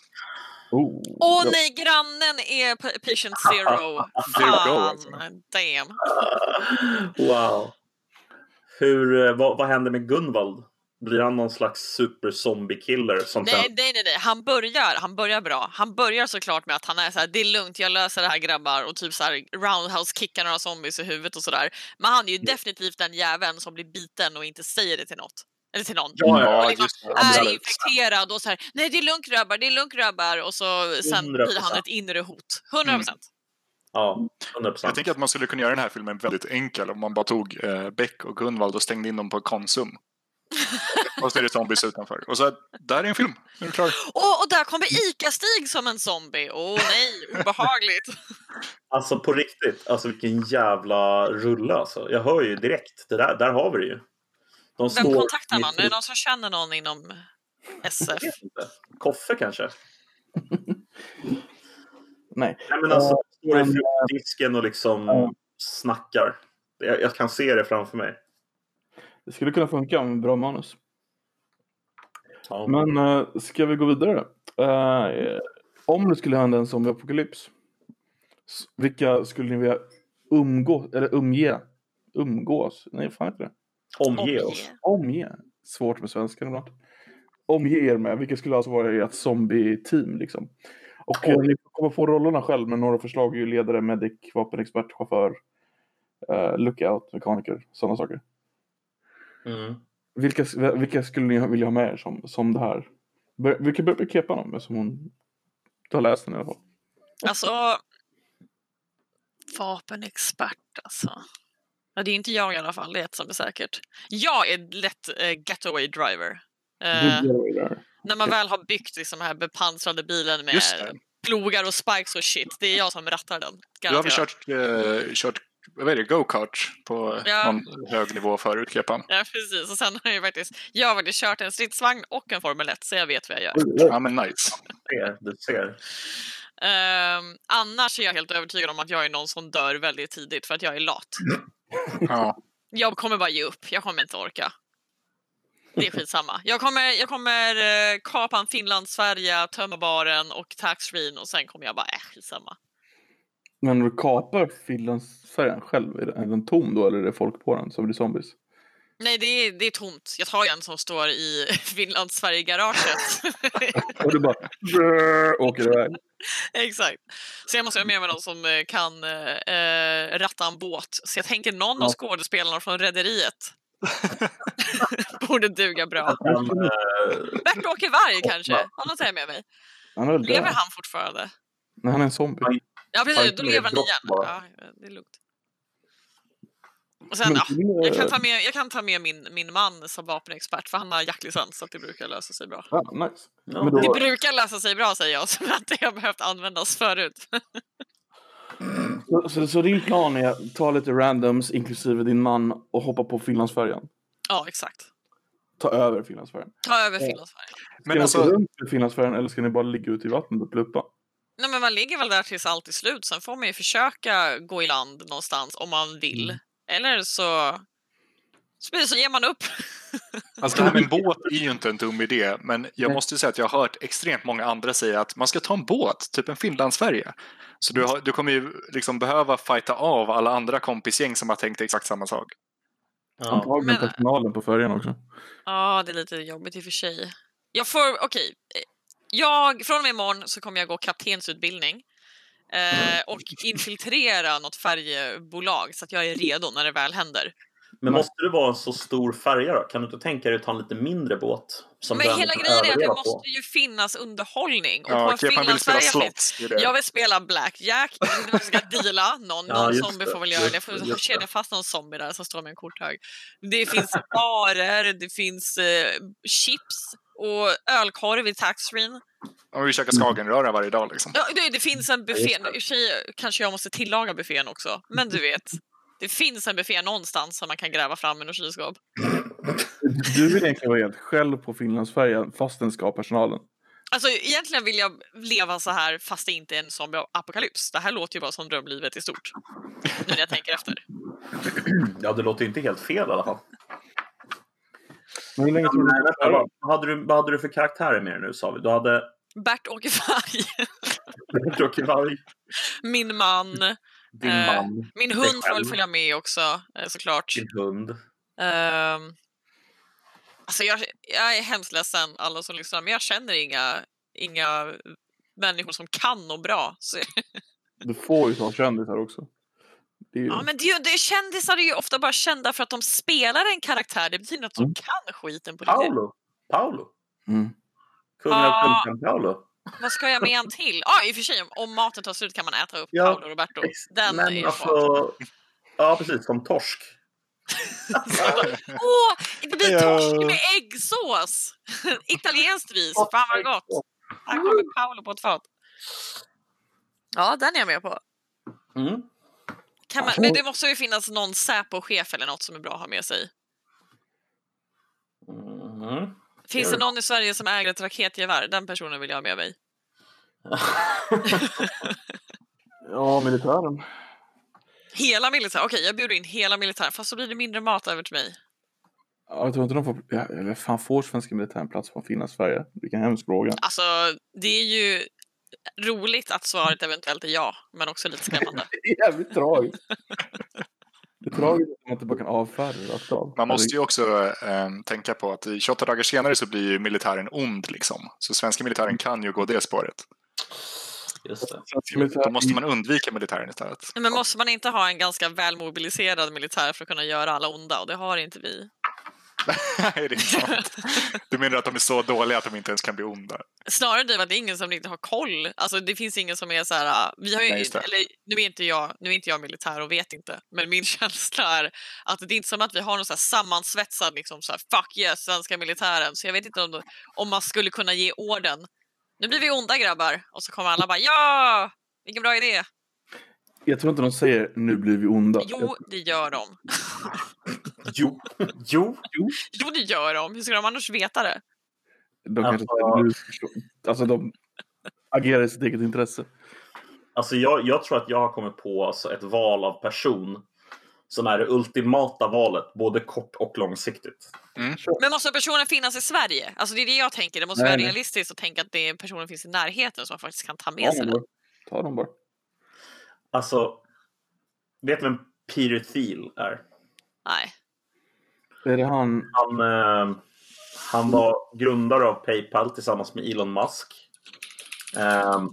S1: Oh.
S2: Åh
S1: Ja.
S2: nej, grannen är pa- patient zero. [laughs]
S4: Zero,
S2: Fan,
S4: alltså.
S2: damn.
S3: Wow. Hur, eh, vad, vad händer med Gunvald? Blir han någon slags super-zombie-killer? Som
S2: Nej, nej, nej, nej. Han, börjar, han börjar bra. Han börjar såklart med att han är så här, det är lugnt, jag löser det här grabbar och typ så här roundhouse-kickar några zombies i huvudet och sådär. Men han är ju definitivt den jäveln som blir biten och inte säger det till något. Eller till någon.
S3: Ja, ja,
S2: Och liksom
S4: just det.
S2: är
S4: Absolut.
S2: infekterad och så här, nej det är lugnt grabbar, det är lugnt grabbar och så sen blir han
S3: 100%.
S2: ett inre hot. 100 procent.
S3: Ja, 100
S4: Jag tänker att man skulle kunna göra den här filmen väldigt enkel om man bara tog eh, Beck och Gunvald och stängde in dem på Konsum. och så är det zombies utanför. Och så här, där är en film. Nu är det klart.
S2: Och, och där kommer ICA-Stig som en zombie. Åh nej, obehagligt.
S3: Alltså på riktigt, alltså vilken jävla rulle alltså. Jag hör ju direkt, det där, där har vi det ju. De
S2: Vem
S3: står-
S2: kontaktar man? Är det någon som känner någon inom SF?
S3: Jag vet inte. Koffe kanske?
S1: Nej.
S3: Nej men alltså, de står i
S1: men,
S3: fruktdisken och liksom
S1: ja.
S3: snackar. Jag, jag kan se det framför mig.
S1: Det skulle kunna funka med bra manus.
S3: Ja.
S1: Men eh, ska vi gå vidare? Eh, om det skulle hända en zombieapokalyps, s- vilka skulle ni vilja umgås, eller umge? Umgås? Nej, fan heter det?
S3: Omge oss.
S1: Omge? Svårt med svenskan ibland. Omge er med, vilka skulle alltså vara ert zombie-team liksom? Och eh, ni får komma på rollerna själv, men några förslag är ju ledare, medic, vapenexpert, chaufför, eh, lookout, mekaniker, sådana saker.
S3: Mm.
S1: Vilka, vilka skulle ni vilja ha med er som, som det här? Bör- Vi kan börja med Kepan om som hon du har läst den i alla fall.
S2: Alltså, vapenexpert alltså. Ja, det är inte jag i alla fall, det är ett som är säkert. Jag är lätt eh, getaway driver. Eh,
S1: Du gör det där.
S2: när man väl har byggt liksom, den här bepansrade bilen med
S4: Just det.
S2: plogar och spikes och shit, det är jag som rattar den.
S4: Du har väl
S2: garanterat.
S4: kört, eh, kört vad är det, go-kart på
S2: Ja.
S4: någon hög nivå förut, Kepan?
S2: Ja, precis. Och sen har jag ju faktiskt, jag har faktiskt kört en stridsvagn och en Formel 1, så jag vet vad jag gör.
S4: Ja, men nice.
S3: Ser, du ser.
S2: Ehm, annars är jag helt övertygad om att jag är någon som dör väldigt tidigt för att jag är lat.
S4: Ja.
S2: Jag kommer bara ge upp, jag kommer inte orka. Det är skitsamma. Jag kommer, jag kommer eh, kapa en Finlandsfärja, tömma baren och taxfreen och sen kommer jag bara, äh, skitsamma.
S1: Men när du kapar färgen själv, är den- är den tom då eller är det folk på den som blir zombies?
S2: Nej, det är, det är tomt. Jag tar ju en som står i [laughs] Finland, Sverige-garaget.
S1: Och du bara [laughs] brrr, åker iväg.
S2: [laughs] Exakt. Så jag måste ha med mig någon som eh, kan eh, ratta en båt. Så jag tänker någon av
S1: Ja.
S2: skådespelarna från Rederiet. [laughs] Borde duga bra.
S3: Men, eh,
S2: Bert-Åke Varg kanske? Honom tar jag med mig.
S1: Han är väl död?
S2: Lever han fortfarande?
S1: Nej, han är en zombie.
S2: Ja,
S3: Han
S2: precis. Då
S3: är
S2: lever han
S3: brott
S2: igen. Ja,
S3: bara.
S2: det är lugnt. Och sen, ja,
S1: Men-
S2: jag kan ta med, jag kan ta med min, min man som vapenexpert, för han har jaktlicens, så att det brukar lösa sig bra.
S1: Ja, Ah, nice.
S3: ja.
S1: Men då-
S2: Det brukar lösa sig bra, säger jag, [laughs] som att det har behövt användas förut. [laughs]
S1: så, så, så din plan är att ta lite randoms, inklusive din man, och hoppa på Finlandsfärjan?
S2: Ja, exakt.
S1: Ta över Finlandsfärjan?
S2: Ta över
S1: Ja.
S2: Finlandsfärjan.
S1: Ska
S4: Men
S1: ni
S4: alltså,
S1: åka runt med Finlandsfärjan eller ska ni bara ligga ute i vattnet och pluppa?
S2: Nej, men man ligger väl där tills allt är slut. Sen får man ju försöka gå i land någonstans om man vill.
S3: Mm.
S2: Eller så... Så, blir det- så ger man upp.
S4: Alltså det här med en båt är ju inte en dum idé, men jag måste ju säga att jag har hört extremt många andra säga att man ska ta en båt, typ en Finland-Sverige. Så du, har, du kommer ju liksom behöva fighta av alla andra kompisgäng som har tänkt exakt samma sak.
S3: ja.
S1: Antagligen
S2: Men-
S1: personalen på färjan också.
S2: Ja, det är lite jobbigt i och för sig. Jag får, okej. Eh, Jag, från och med imorgon så kommer jag gå kaptensutbildning. Eh, och infiltrera något färjebolag så att jag är redo när det väl händer.
S3: Men måste det vara en så stor färja då? Kan du inte tänka dig att ta en lite mindre båt? Som
S2: Men
S3: den
S2: hela
S3: kan
S2: grejen är att det
S3: överleva på?
S2: måste ju finnas underhållning. Och på
S4: Ja,
S2: en
S4: okej, man vill
S2: Finlandsfärja
S4: spela
S2: finns
S4: slots. det är det.
S2: Jag vill spela blackjack, jag vet inte vad jag ska deala. Någon,
S3: [laughs] Ja,
S2: någon
S3: just
S2: zombie
S3: det.
S2: får väl göra det. Jag
S3: Just det,
S2: får
S3: just
S2: kedja fast någon zombie där som står med en korthög. Det finns barer, det finns eh, chips och ölkorv i taxfreen.
S4: Om vi käkar skagenröra varje dag liksom.
S2: Ja, det, det finns en buffé. I
S3: just
S2: och för sig kanske jag måste tillaga buffén också, men du vet. Det finns en buffé någonstans som man kan gräva fram i något kylskåp.
S1: Du vill egentligen vara helt själv på Finlandsfärjan fast den ska ha personalen.
S2: Alltså egentligen vill jag leva så här fast det inte är en zombie-apokalyps. Det här låter ju bara som drömlivet i stort. Nu när jag tänker efter.
S3: Ja, det låter ju inte helt fel i alla fall.
S1: Men hur länge tror
S3: Men,
S1: du
S3: vänta, vad, vad hade du, vad hade du för karaktärer med dig nu sa vi? Du hade [laughs]
S2: Bert-Åke Varg,
S3: Rocky Varg,
S2: min man,
S3: din
S2: Eh,
S3: man,
S2: Min hund får väl
S3: själv.
S2: följa med också eh, såklart.
S3: din hund.
S2: Ehm, alltså jag, jag är hemskt ledsen alla som lyssnar men jag känner inga, inga människor som kan och bra. Så,
S1: Du får ju ta kändisar också. Det är ju...
S2: ja, men det, är ju- det, är- kändisar är ju ofta bara kända för att de spelar en karaktär. Det betyder att de
S1: Mm.
S2: kan skiten på riktigt.
S3: Paolo. Paolo.
S1: Mm.
S3: Kungen av
S2: Ah.
S3: Kungsan Paolo.
S2: Vad ska jag med en till? Ja, i och för sig om, om maten tar slut kan man äta upp
S3: Ja,
S2: Paolo Roberto. Den är
S3: Men
S2: ju
S3: alltså... Ja, precis. Som torsk.
S2: Åh, det blir
S4: Ja.
S2: torsk med äggsås! [laughs] Italienskt ris, fan vad gott! Här kommer Paolo på ett fat. Ja, den är jag med på.
S3: Mm.
S2: Kan man, men det måste ju finnas någon Säpo-chef eller något som är bra att ha med sig. Mm.
S3: Mhm.
S2: Finns det någon i Sverige som äger ett raketgevär? Den personen vill jag ha med mig.
S1: ja militären.
S2: Hela militären? Okej, jag bjuder in hela militären, fast så blir det mindre mat över till mig.
S1: Ja, Jag tror inte de får... Ja, eller fan, får svenska militären plats på Finlandsfärja? Vilken hemsk fråga.
S2: Alltså, det är ju roligt att svaret eventuellt är ja, men också lite skrämmande.
S1: [laughs] Det är jävligt tragiskt. Det är tragiskt att man inte bara kan avfärda det rakt av.
S4: [laughs] Man måste ju också eh, tänka på att i 28 dagar senare så blir ju militären ond liksom. Så svenska militären kan ju gå det spåret.
S3: [laughs] Just det.
S1: Svenska militären-
S4: Då måste man undvika militären istället. [laughs]
S2: Nej, Men måste man inte ha en ganska välmobiliserad militär för att kunna göra alla onda? Och det har inte vi.
S4: Nej, det är inte sant. Du menar att de är så dåliga att de inte ens kan bli onda?
S2: Snarare det att det är ingen som riktigt har koll. Alltså det finns ingen som är så här... ah, Vi har ju,
S4: Nej, just det.
S2: eller, nu, är inte jag, nu är inte jag militär och vet inte. Men min [laughs] känsla är att det är inte som att vi har någon så här sammansvetsad liksom så här, fuck yes, svenska militären. Så jag vet inte om, de- om man skulle kunna ge orden. Nu blir vi onda grabbar. Och så kommer alla bara ja! Vilken bra idé!
S1: Jag tror inte de säger nu blir vi onda.
S2: Jo, det gör de.
S3: Jo. Jo.
S2: Jo, det gör de. Hur ska de annars veta det?
S1: De kanske
S3: Alltså-
S1: inte nu- Alltså de agerar i sitt eget intresse.
S3: Alltså jag, jag tror att jag har kommit på alltså ett val av person som är det ultimata valet, både kort och långsiktigt.
S2: Men måste personen finnas i Sverige? Alltså det är det jag tänker. Det måste
S1: Nej,
S2: vara
S1: nej.
S2: realistiskt att tänka att det är personen finns i närheten som faktiskt kan ta med
S1: Ta
S2: sig
S1: dem
S2: den.
S1: bara. Ta dem bara.
S3: Alltså, vet du vem Peter Thiel är?
S2: Nej.
S1: Är det han?
S3: Han, eh, han var grundare av Paypal tillsammans med Elon Musk.
S2: Mm.
S3: Ehm,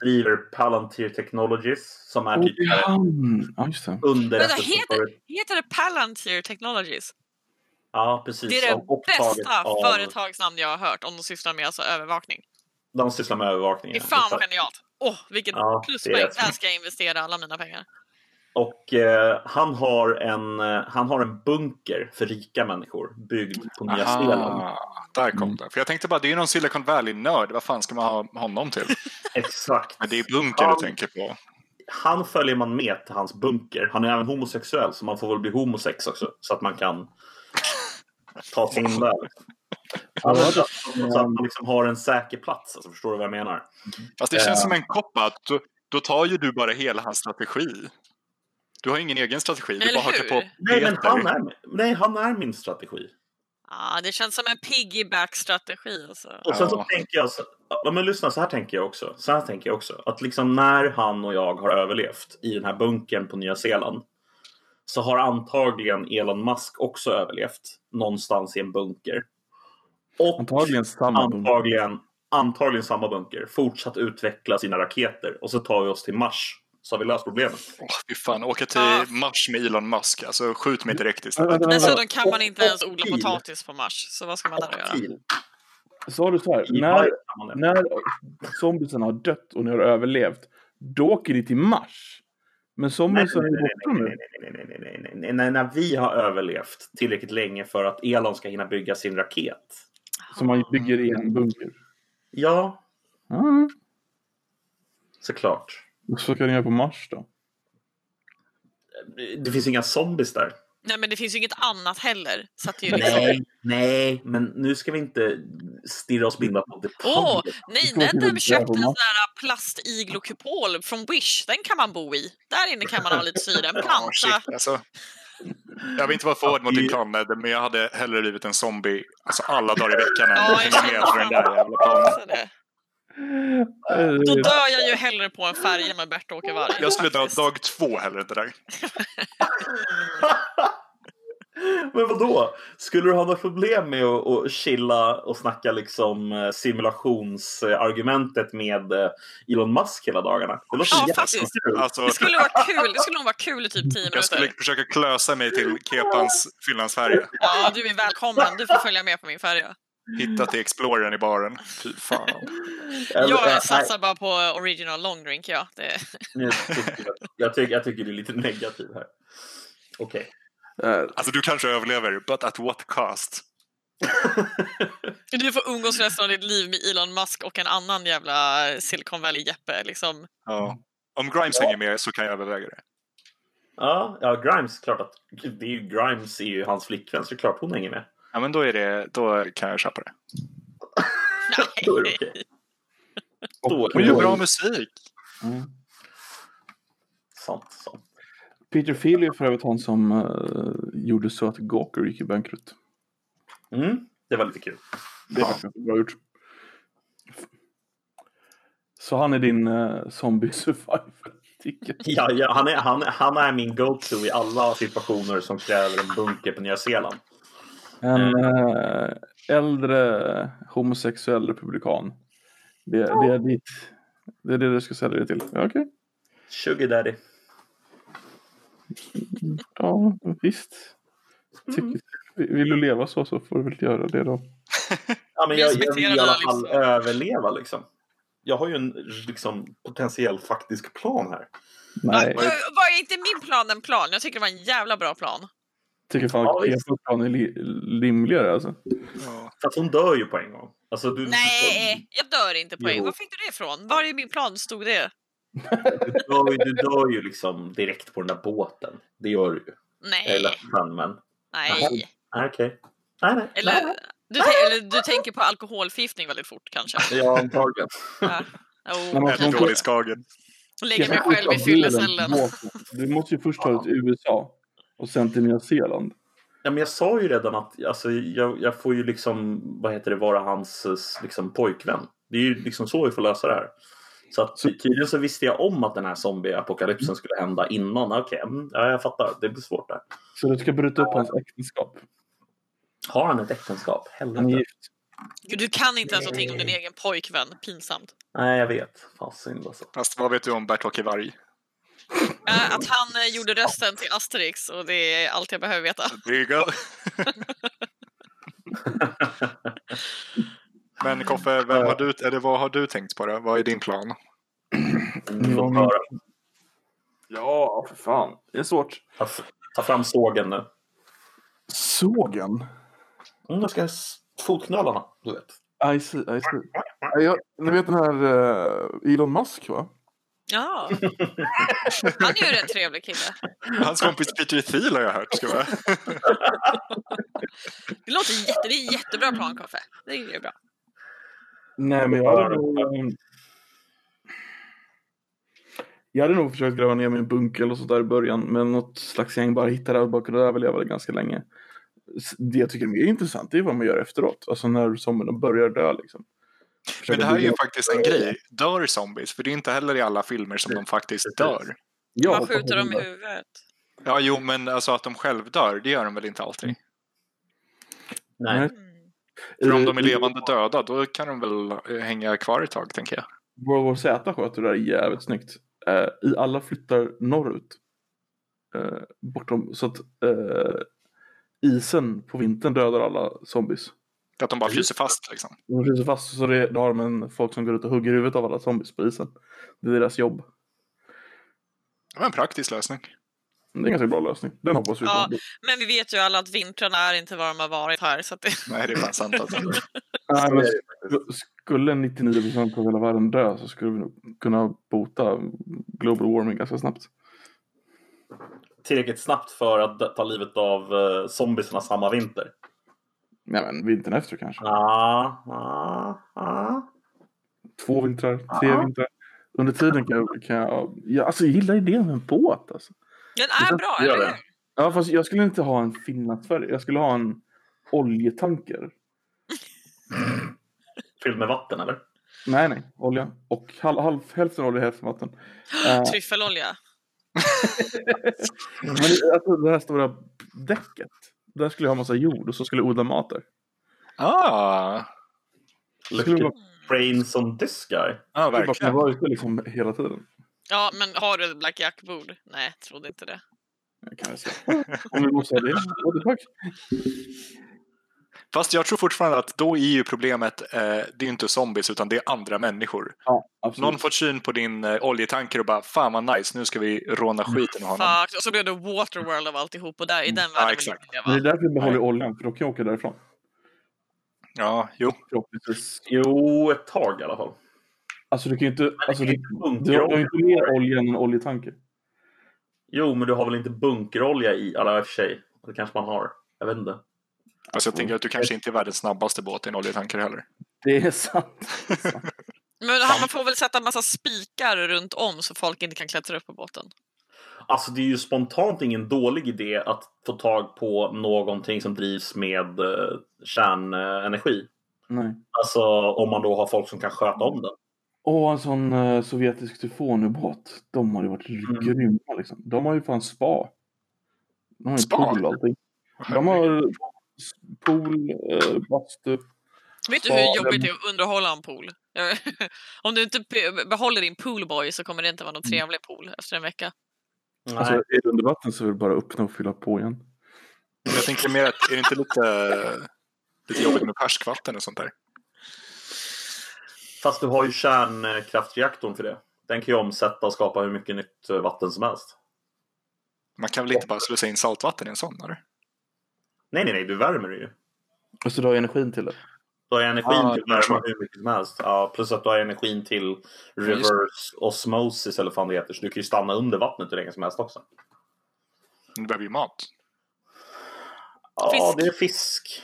S3: driver Palantir Technologies som är
S1: Oh,
S3: typ
S1: det är han! Ja, just det.
S3: underrättelseföretag.
S2: Oh. heter- Heter det Palantir Technologies?
S3: Ja, precis.
S2: Det är det
S3: Och- och taget
S2: bästa
S3: av-
S2: företagsnamn jag har hört om de sysslar med alltså övervakning.
S3: De sysslar med övervakning.
S2: Det är fan vad
S3: exakt.
S2: genialt! Åh, vilket
S3: Ja,
S2: pluspoäng!
S3: det är rätt.
S2: Där ska jag investera alla mina pengar.
S3: Och eh, han, har en, eh, han har en bunker för rika människor byggd på Nya Zeeland.
S4: Aha, Ah, där kom det. För jag tänkte bara, det är ju någon Silicon Valley-nörd. Vad fan ska man ha honom till?
S3: Exakt.
S4: Men det är bunker
S3: Ja.
S4: du tänker på.
S3: Han följer man med till hans bunker. Han är även homosexuell så man får väl bli homosex också så att man kan ta sig [laughs] in där. Han har- så att man liksom har en säker plats. Alltså, förstår du vad jag menar?
S4: Fast det känns som en kopp att då, då tar ju du bara hela hans strategi. Du har ju ingen egen strategi. Du
S2: Eller
S4: bara hakar
S2: hur?
S4: på
S3: Nej, men
S4: Peter.
S3: han är, nej, han är min strategi.
S2: Ah, det känns som en piggyback-strategi alltså.
S3: Och sen
S4: Ja.
S3: så tänker jag, så, ja, men lyssna, så här tänker jag också. Så här tänker jag också. Att liksom när han och jag har överlevt i den här bunkern på Nya Zeeland så har antagligen Elon Musk också överlevt någonstans i en bunker. Och
S1: Antagligen samma bunker.
S3: antagligen, antagligen samma bunker. Fortsatt utveckla sina raketer och så tar vi oss till Mars. Så har vi löst problemet.
S4: Åh, fy fan, åka
S2: Ja.
S4: till Mars med Elon Musk. Alltså, skjut mig direkt istället.
S1: Vänta, vänta,
S2: Men så
S1: vänta.
S2: då kan man inte ens odla
S3: Pil.
S2: potatis på Mars, så vad ska man där göra?
S3: Till-
S1: Sa du så här?
S3: i
S1: När,
S3: Mars kan man det.
S1: när zombiesen har dött och ni har överlevt, då åker ni till Mars. Men
S3: Nej,
S1: zombiesen är
S3: nej,
S1: ju
S3: nej,
S1: borta nu.
S3: nej, nej, nej, nej, nej, nej, nej, nej, när vi har överlevt tillräckligt länge för att Elon ska hinna bygga sin raket.
S1: Som man bygger i en bunker.
S3: Ja,
S1: Ja.
S3: såklart.
S1: Och så kan ni göra på Mars då?
S3: Det finns inga zombies där.
S2: Nej men det finns ju inget annat heller. Så att det är ju liksom...
S3: Nej, nej, men nu ska vi inte stirra oss blinda på detaljer.
S2: Åh, nej,
S1: tror att vi
S2: Nedem
S1: vill
S2: köpte en
S1: gräva
S2: sån
S1: mat.
S2: här plastiglokupol från Wish. Den kan man bo i. Där inne kan man ha lite syre. En
S4: Ja,
S2: planta.
S4: shit, alltså. Jag vill inte vara förhård mot din plan, Ned, men jag hade hellre blivit en zombie alltså, alla dagar i veckan än
S2: Ja,
S4: att
S2: jag
S4: hänga med på den där jävla planen.
S2: Så det-
S1: Eh,
S2: Då dör jag ju hellre på en färja med Bert-Åke Varg.
S4: Jag skulle dö
S2: faktiskt.
S4: dag två hellre än det där.
S3: Men vadå? Skulle du ha något problem med att, att chilla och snacka liksom eh, simulationsargumentet med eh, Elon Musk hela dagarna? Det låter
S2: Ja,
S3: jävligt
S2: faktiskt.
S3: kul.
S4: Alltså,
S2: Det skulle vara kul. Det skulle nog vara kul i typ 10
S4: jag skulle
S2: minuter.
S4: försöka klösa mig till Kepans Finlandsfärja.
S2: Ja, du är välkommen. Du får följa med på min färja.
S4: Hitta till Explorern i baren. Fy fan.
S3: Eller, eh,
S2: Jag satsar bara på original long drink, ja. Det...
S3: nej, jag tycker- Jag tycker, jag tycker du är lite negativ här. Okej. [laughs]
S1: eh,
S4: Alltså, du kanske överlever, but at what cost?
S2: Du får umgås resten av ditt liv med Elon Musk och en annan jävla Silicon Valley-Jeppe. Liksom.
S4: Ja. Mm. Om Grimes hänger med så kan jag överväga det.
S3: Ja, ja, Grimes, klart att det är ju Grimes är ju hans flickvän, så det är klart hon hänger med.
S4: Ja, men då, är det, då kan jag köpa det.
S3: Då är det okej. Då
S4: Hon
S3: är det
S4: gör
S1: Oj.
S4: bra musik.
S1: mm.
S3: sant. sant.
S1: Peter Thiel är för övrigt han som eh, gjorde så att Gawker gick i bankrutt.
S3: Mm, det var lite kul.
S1: Det är faktiskt bra gjort. Så han är din eh, zombie survivor. tycker jag.
S3: Ja, ja, han, är, han, han är min go-to i alla situationer som kräver en bunker på Nya Zeeland.
S1: En eh, äldre homosexuell republikan. Det, det är ditt. Det är det du ska sälja dig till. Ja, Okej.
S3: Sugar daddy.
S1: Ja, visst. Tycker,
S3: Mm.
S1: Vill du leva så så får du väl göra det då.
S3: Ja, men
S2: Vi
S3: jag, jag
S2: respekterar
S3: vill i alla
S2: dina
S3: fall
S2: livsval.
S3: överleva liksom. Jag har ju en liksom, potentiell faktisk plan här.
S1: Nej,
S2: Var, var inte min plan en plan? Jag tycker det var en jävla bra plan.
S1: tycker fan
S3: Ja,
S1: att
S3: visst.
S1: Kefalkan är li- rimligare alltså.
S3: För att hon dör ju på en gång. Alltså,
S4: Mm.
S3: du,
S2: Nej, jag dör inte på en.
S3: Jo.
S2: Var fick du det ifrån? Var i min plan stod det?
S3: Du, du, dör, ju- du dör ju liksom direkt på den där båten. Det gör du ju. Jag är
S2: Nej,
S3: ledsen, men...
S2: nej.
S3: Nej, Okej. Nej, nej.
S2: Eller du, tän- eller du tänker på alkoholförgiftning väldigt fort kanske? Oh,
S3: Ja, antagligen.
S2: Ja. Jo,
S1: Nej, men
S4: Eller
S1: hon-
S4: dålig skagen.
S2: lägger mig
S1: Kefalkan
S2: själv
S1: delen,
S2: i fyllecellen.
S1: båten. Du måste ju först ta dig till USA och sen till Nya Zeeland.
S3: Ja, men jag sa ju redan att alltså, jag, jag får ju liksom, vad heter det, vara hans eh, liksom, pojkvän. Det är ju liksom så vi får lösa det här. Så att, tydligen så visste jag om att den här zombieapokalypsen skulle hända innan. Okej, mm, ja, jag fattar. Det blir svårt där.
S1: Så du ska bryta upp hans äktenskap.
S3: Har han ett äktenskap?
S1: Han är
S3: Helvete.
S1: gift.
S2: Gud, du kan inte ens någonting om din egen pojkvän. Pinsamt.
S3: Nej, jag vet. Fan, synd alltså.
S4: Fast vad vet du om Bert-Åke Varg?
S2: Eh, Att han eh, gjorde rösten till Asterix och det är allt jag behöver veta.
S4: There you [laughs] go. Men Koffe, vem har du, eller vad har du tänkt på då? Vad är din plan?
S3: Mm, får höra.
S1: Ja, för fan. Det är svårt.
S3: Ta, ta fram sågen nu.
S1: Sågen?
S3: Mm, jag ska s- fotknölarna, du vet.
S1: I see, I see. Ja, Jag, ni vet den här eh, Elon Musk va?
S2: Ja. Han är ju en rätt trevlig kille.
S4: Hans kompis Peter Thiel har jag hört. Ska jag.
S2: Det låter jätte, det är en jättebra plan, Koffe. Det är ju bra.
S1: Nej, men jag hade nog... ehm, Jag hade nog försökt gräva ner mig i en bunker eller sånt där i början, men något slags gäng bara hittade och bara kunde överleva det ganska länge. S- Det jag tycker är mer intressant det är vad man gör efteråt, alltså när sommarna börjar dö liksom.
S4: Men det här är ju
S1: Försöka
S4: faktiskt en grej. Dör zombies? För det är inte heller i alla filmer som de faktiskt dör.
S1: bygga-
S2: Man skjuter dem i
S1: hoppas-
S2: huvudet.
S4: Ja, jo, men alltså att de själv dör, det gör de väl inte alltid?
S3: Nej.
S2: Mm.
S4: För om de är levande döda, då kan de väl eh, hänga kvar ett tag, tänker jag.
S1: World War Z sköt det där jävligt snyggt. Eh, i alla flyttar norrut. Eh, bortom, så att eh, isen på vintern dödar alla zombies.
S4: Att de bara fryser fast liksom.
S1: De fryser fast så det, då har de en, folk som går ut och hugger huvudet av alla zombies på isen. Det är deras jobb.
S4: Det var en praktisk lösning.
S1: Det är en ganska bra lösning. Den hoppas vi på.
S2: Ja. Men vi vet ju alla att vintrarna är inte vad de har varit här. Så att det...
S4: Nej, det är fan sant alltså.
S1: Nej, men sk- skulle 99% av hela världen dö så skulle vi nog kunna bota global warming ganska snabbt.
S3: Tillräckligt snabbt för att ta livet av uh, zombiesarna samma vinter.
S1: Nej, men vintern efter kanske.
S3: Ah, ah, ah.
S1: Två
S4: Mm.
S1: vintrar, tre
S3: Ja.
S1: vintrar. Under tiden kan jag... Kan jag, jag alltså, jag gillar idén med en båt alltså.
S2: Den är bra,
S3: Gör
S2: eller
S3: det.
S2: hur?
S1: Ja, fast jag skulle inte ha en Finland-Sverige. Jag skulle ha en oljetanker.
S3: Fylld med vatten, eller?
S1: Nej, nej. Olja. Och halv, halv, hälften olja, hälften vatten.
S4: [gasps]
S1: Eh,
S2: Tryffelolja.
S1: Men det- alltså det här stora däcket. Där skulle jag ha massa jord och så skulle jag odla mat där.
S4: [laughs] Ah,
S1: Det skulle
S3: Look
S1: vara-
S3: at brains on this guy.
S4: ja,
S1: Jag bara kunna
S4: verkligen.
S1: vara ute liksom hela tiden.
S2: Ja, men har du ett Black Jack-bord? Nej, trodde inte det.
S1: Jag Kan jag
S4: [laughs]
S1: säga. Om vi måste ha det. What the fuck?
S4: Fast jag tror fortfarande att då är ju problemet, eh, det är ju inte zombies utan det är andra människor.
S1: Ja, absolut.
S4: Någon fått syn på din eh, oljetanker och bara fan vad nice, nu ska vi råna skiten ur honom.
S2: Fuck. Och så blev det Waterworld av alltihop och där i den världen vill jag
S4: exakt.
S2: inte leva.
S1: Men det är därför jag behåller oljan, för då kan jag åka därifrån.
S4: Ja, jo. Alltså,
S1: Förhoppningsvis.
S3: Jo, ett tag i alla fall.
S1: Alltså du kan ju inte... Alltså, du, du, har- du har ju
S3: Bunkerolja.
S1: inte mer olja än en oljetanker.
S3: Jo, men du har väl inte bunkerolja i? Eller i och för sig, det kanske man har. Jag vet inte.
S4: Alltså jag tänker att du kanske inte är världens snabbaste båt i en oljetanker heller.
S1: Det är sant.
S2: Men han man får väl sätta en massa spikar runt om så folk inte kan klättra upp på båten.
S3: Alltså det är ju spontant ingen dålig idé att få tag på någonting som drivs med eh, kärnenergi.
S1: Nej.
S3: Alltså om man då har folk som kan sköta om den.
S1: Och en sån eh, sovjetisk tyfonubåt. De har ju varit
S4: Mm.
S1: grymma liksom. De har ju fan spa. De har ju
S4: Spa?
S1: pool och allting. De har pool, eh, bastu.
S2: Vet du
S1: Ja,
S2: hur jobbigt det är att underhålla en pool? [laughs] Om du inte pe- behåller din poolboy så kommer det inte vara någon trevlig pool efter en vecka.
S3: Nej,
S1: Alltså, är det under vatten så är det bara att öppna och fylla på igen.
S4: Men Jag tänker mer att, är det inte lite, lite jobbigt med färskvatten och sånt där?
S3: fast du har ju kärnkraftreaktorn för det. Den kan ju omsätta och skapa hur mycket nytt eh, vatten som helst.
S4: Man kan väl inte bara slussa in saltvatten i en sån? Eller?
S3: Nej, nej, nej, du värmer det ju.
S1: Och så du har energin till det.
S3: Du har energin
S4: Ja,
S3: till att
S4: det är
S3: värma
S4: smart.
S3: hur mycket som helst. Ja, plus att du har energin till
S4: just det.
S3: reverse osmosis eller vad fan det heter. Så du kan ju stanna under vattnet hur länge som helst också.
S4: Du behöver ju mat.
S3: Ja,
S2: Fisk.
S3: det är fisk.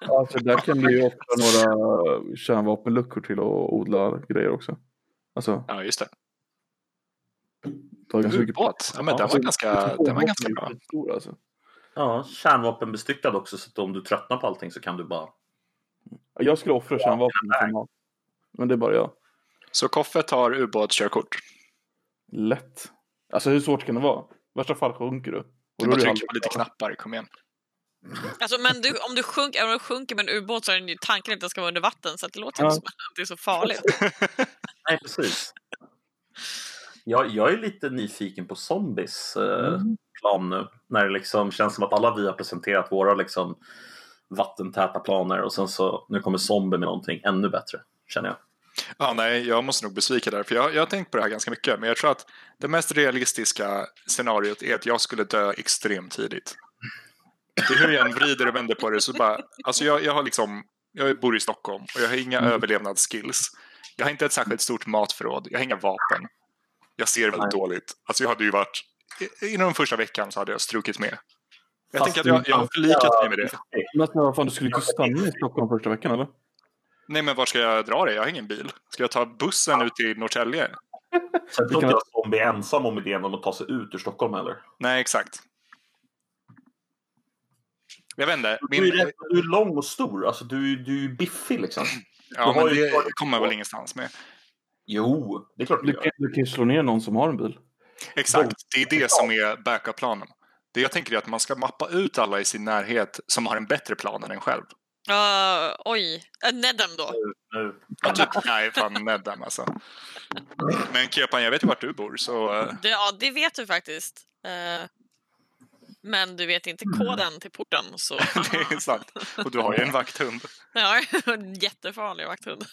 S1: Alltså, där kan du ju offra några kärnvapenluckor till att odla grejer också. Alltså,
S4: Ja, just det.
S1: ta ganska mycket
S4: Ubåt. Ja, men den
S1: Alltså,
S4: var ganska, den var ganska bra.
S1: är stor, Alltså.
S3: Ja, kärnvapenbestyckad också. Så att om du tröttnar på allting så kan du bara...
S1: Jag skulle offra kärnvapen för mat. Men det är bara jag.
S4: Så Koffe tar ubåtskörkort.
S1: Lätt. Alltså hur svårt kan det vara? I värsta fall sjunker du. Och
S4: Du
S1: då är
S4: bara
S1: du
S4: trycker på
S1: halv-
S4: lite knappar, kom igen.
S2: Alltså, men du, om du sjunk, även om du sjunker med en ubåt så är den ju tanken att den ska vara under vatten så att det låter
S1: Ja.
S2: inte som att det är så farligt.
S3: Nej, precis. Jag, jag är lite nyfiken på zombies eh,
S4: Mm.
S3: plan nu. När det liksom känns som att alla vi har presenterat våra liksom, vattentäta planer och sen så nu kommer zombie med någonting ännu bättre, känner jag.
S4: Ja, nej, jag måste nog besvika där, för jag, jag har tänkt på det här ganska mycket. Men jag tror att det mest realistiska scenariot är att jag skulle dö extremt tidigt. Det är hur jag än vrider och vänder på det så bara, alltså jag, jag har liksom, jag bor i Stockholm och jag har
S3: Mm.
S4: inga överlevnadsskills. Jag har inte ett särskilt stort matförråd, jag har inga vapen. Jag ser
S3: Nej.
S4: väldigt dåligt. Alltså jag hade ju varit, i- inom den första veckan så hade jag strukit med. Jag
S3: Fast
S4: tänker att
S3: du
S4: jag, jag har
S3: ganska-
S4: förlikat mig med det.
S1: Men alltså, vad fan, du skulle ju kunna stanna i Stockholm första veckan eller?
S4: Nej men var ska jag dra det? Jag har ingen bil. Ska jag ta bussen ut till Norrtälje?
S3: Sen tror
S1: Vilken-
S3: inte jag zombie är ensam om idén om att ta sig ut ur Stockholm heller.
S4: Nej, exakt. Jag vet inte.
S3: Du, är
S4: Min,
S3: rätt, du är lång och stor, alltså du, är- du är ju biffig liksom.
S4: ja,
S3: har
S4: men
S3: ju-
S4: det kommer jag väl ingenstans med.
S3: Jo, det är klart du
S1: Du
S3: gör.
S1: kan, du kan ju slå ner någon som har en bil.
S4: Exakt, det är det som är backup-planen. Det jag tänker är att man ska mappa ut alla i sin närhet som har en bättre plan än en själv.
S2: Uh, oj. Uh, Nedem då.
S3: Nu.
S4: Ja,
S3: [laughs]
S4: typ, nej, fan Neddam alltså. Men Kepan, jag vet ju vart du bor, så eh, [laughs]
S2: Det, ja, det vet du faktiskt. Eh, men du vet inte koden till porten. Så,
S4: det är sant. Och du har ju en vakthund.
S2: ja, [laughs] en jättefarlig vakthund.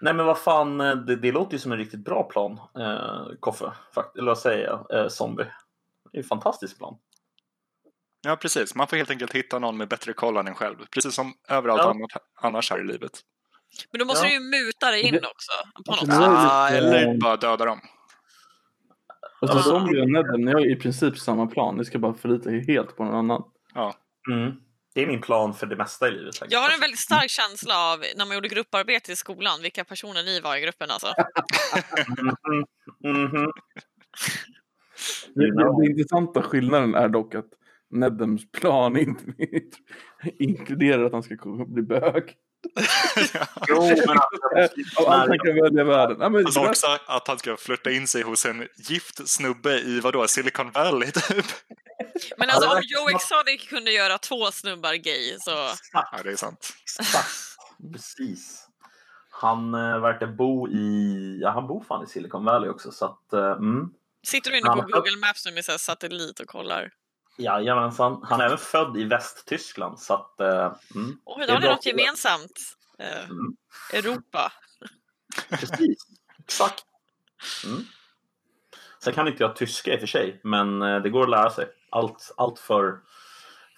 S3: Nej men vad fan, eh, det, det låter ju som en riktigt bra plan, eh, Koffe. Fakt- eller vad säger jag? Eh, zombie. Det är en fantastisk plan.
S4: Ja, precis. Man får helt enkelt hitta någon med bättre koll än en själv. Precis som överallt
S3: Ja.
S4: annat, annars här i livet.
S2: Men då måste
S3: Ja. Alltså,
S2: du ju muta dig in
S1: Det-
S2: också. På något
S1: det är
S2: sätt.
S1: lite-
S4: Ah, eller bara döda dem.
S1: Alltså
S2: Ja.
S1: zombie och Nedden, ni har ju i princip samma plan. Ni ska bara förlita er helt på någon annan.
S3: Mm. Det är min plan för det mesta i livet. faktiskt.
S2: Jag har en väldigt stark känsla av när man gjorde grupparbete i skolan, vilka personer ni var i gruppen alltså.
S3: Mhm. Mhm.
S1: Den,
S3: Ja.
S1: den intressanta skillnaden är dock att Neddems plan [laughs] inte inkluderar att han ska kunna bli bög.
S3: Jo, men alltså,
S1: Av allt han kan välja i världen. Ja, men,
S4: Alltså också att han ska flirta in sig hos en gift snubbe i vadå, Silicon Valley typ.
S2: Men
S3: Ja,
S2: alltså
S3: det
S2: om
S3: verkar
S2: Joe
S3: som att-
S2: Exotic kunde göra två snubbar gay så...
S4: Ja, det är sant.
S3: Exakt. Precis. Han eh, verkar bo i... Ja, han bor fan i Silicon Valley också. Så att, eh, mm.
S2: Sitter du inne på
S3: Ja.
S2: Google Maps nu med så här satellit och kollar?
S3: Jajamensan. Han är även född i Västtyskland. Så att, eh, mm.
S2: Oj,
S3: Det
S2: då
S3: är
S2: har ni
S3: bra
S2: något
S3: kollar.
S2: gemensamt. Eh,
S3: Mm.
S2: Europa.
S3: Precis. Exakt. Mm. Sen kan inte jag tyska i och för sig, men eh, det går att lära sig. Allt, allt för,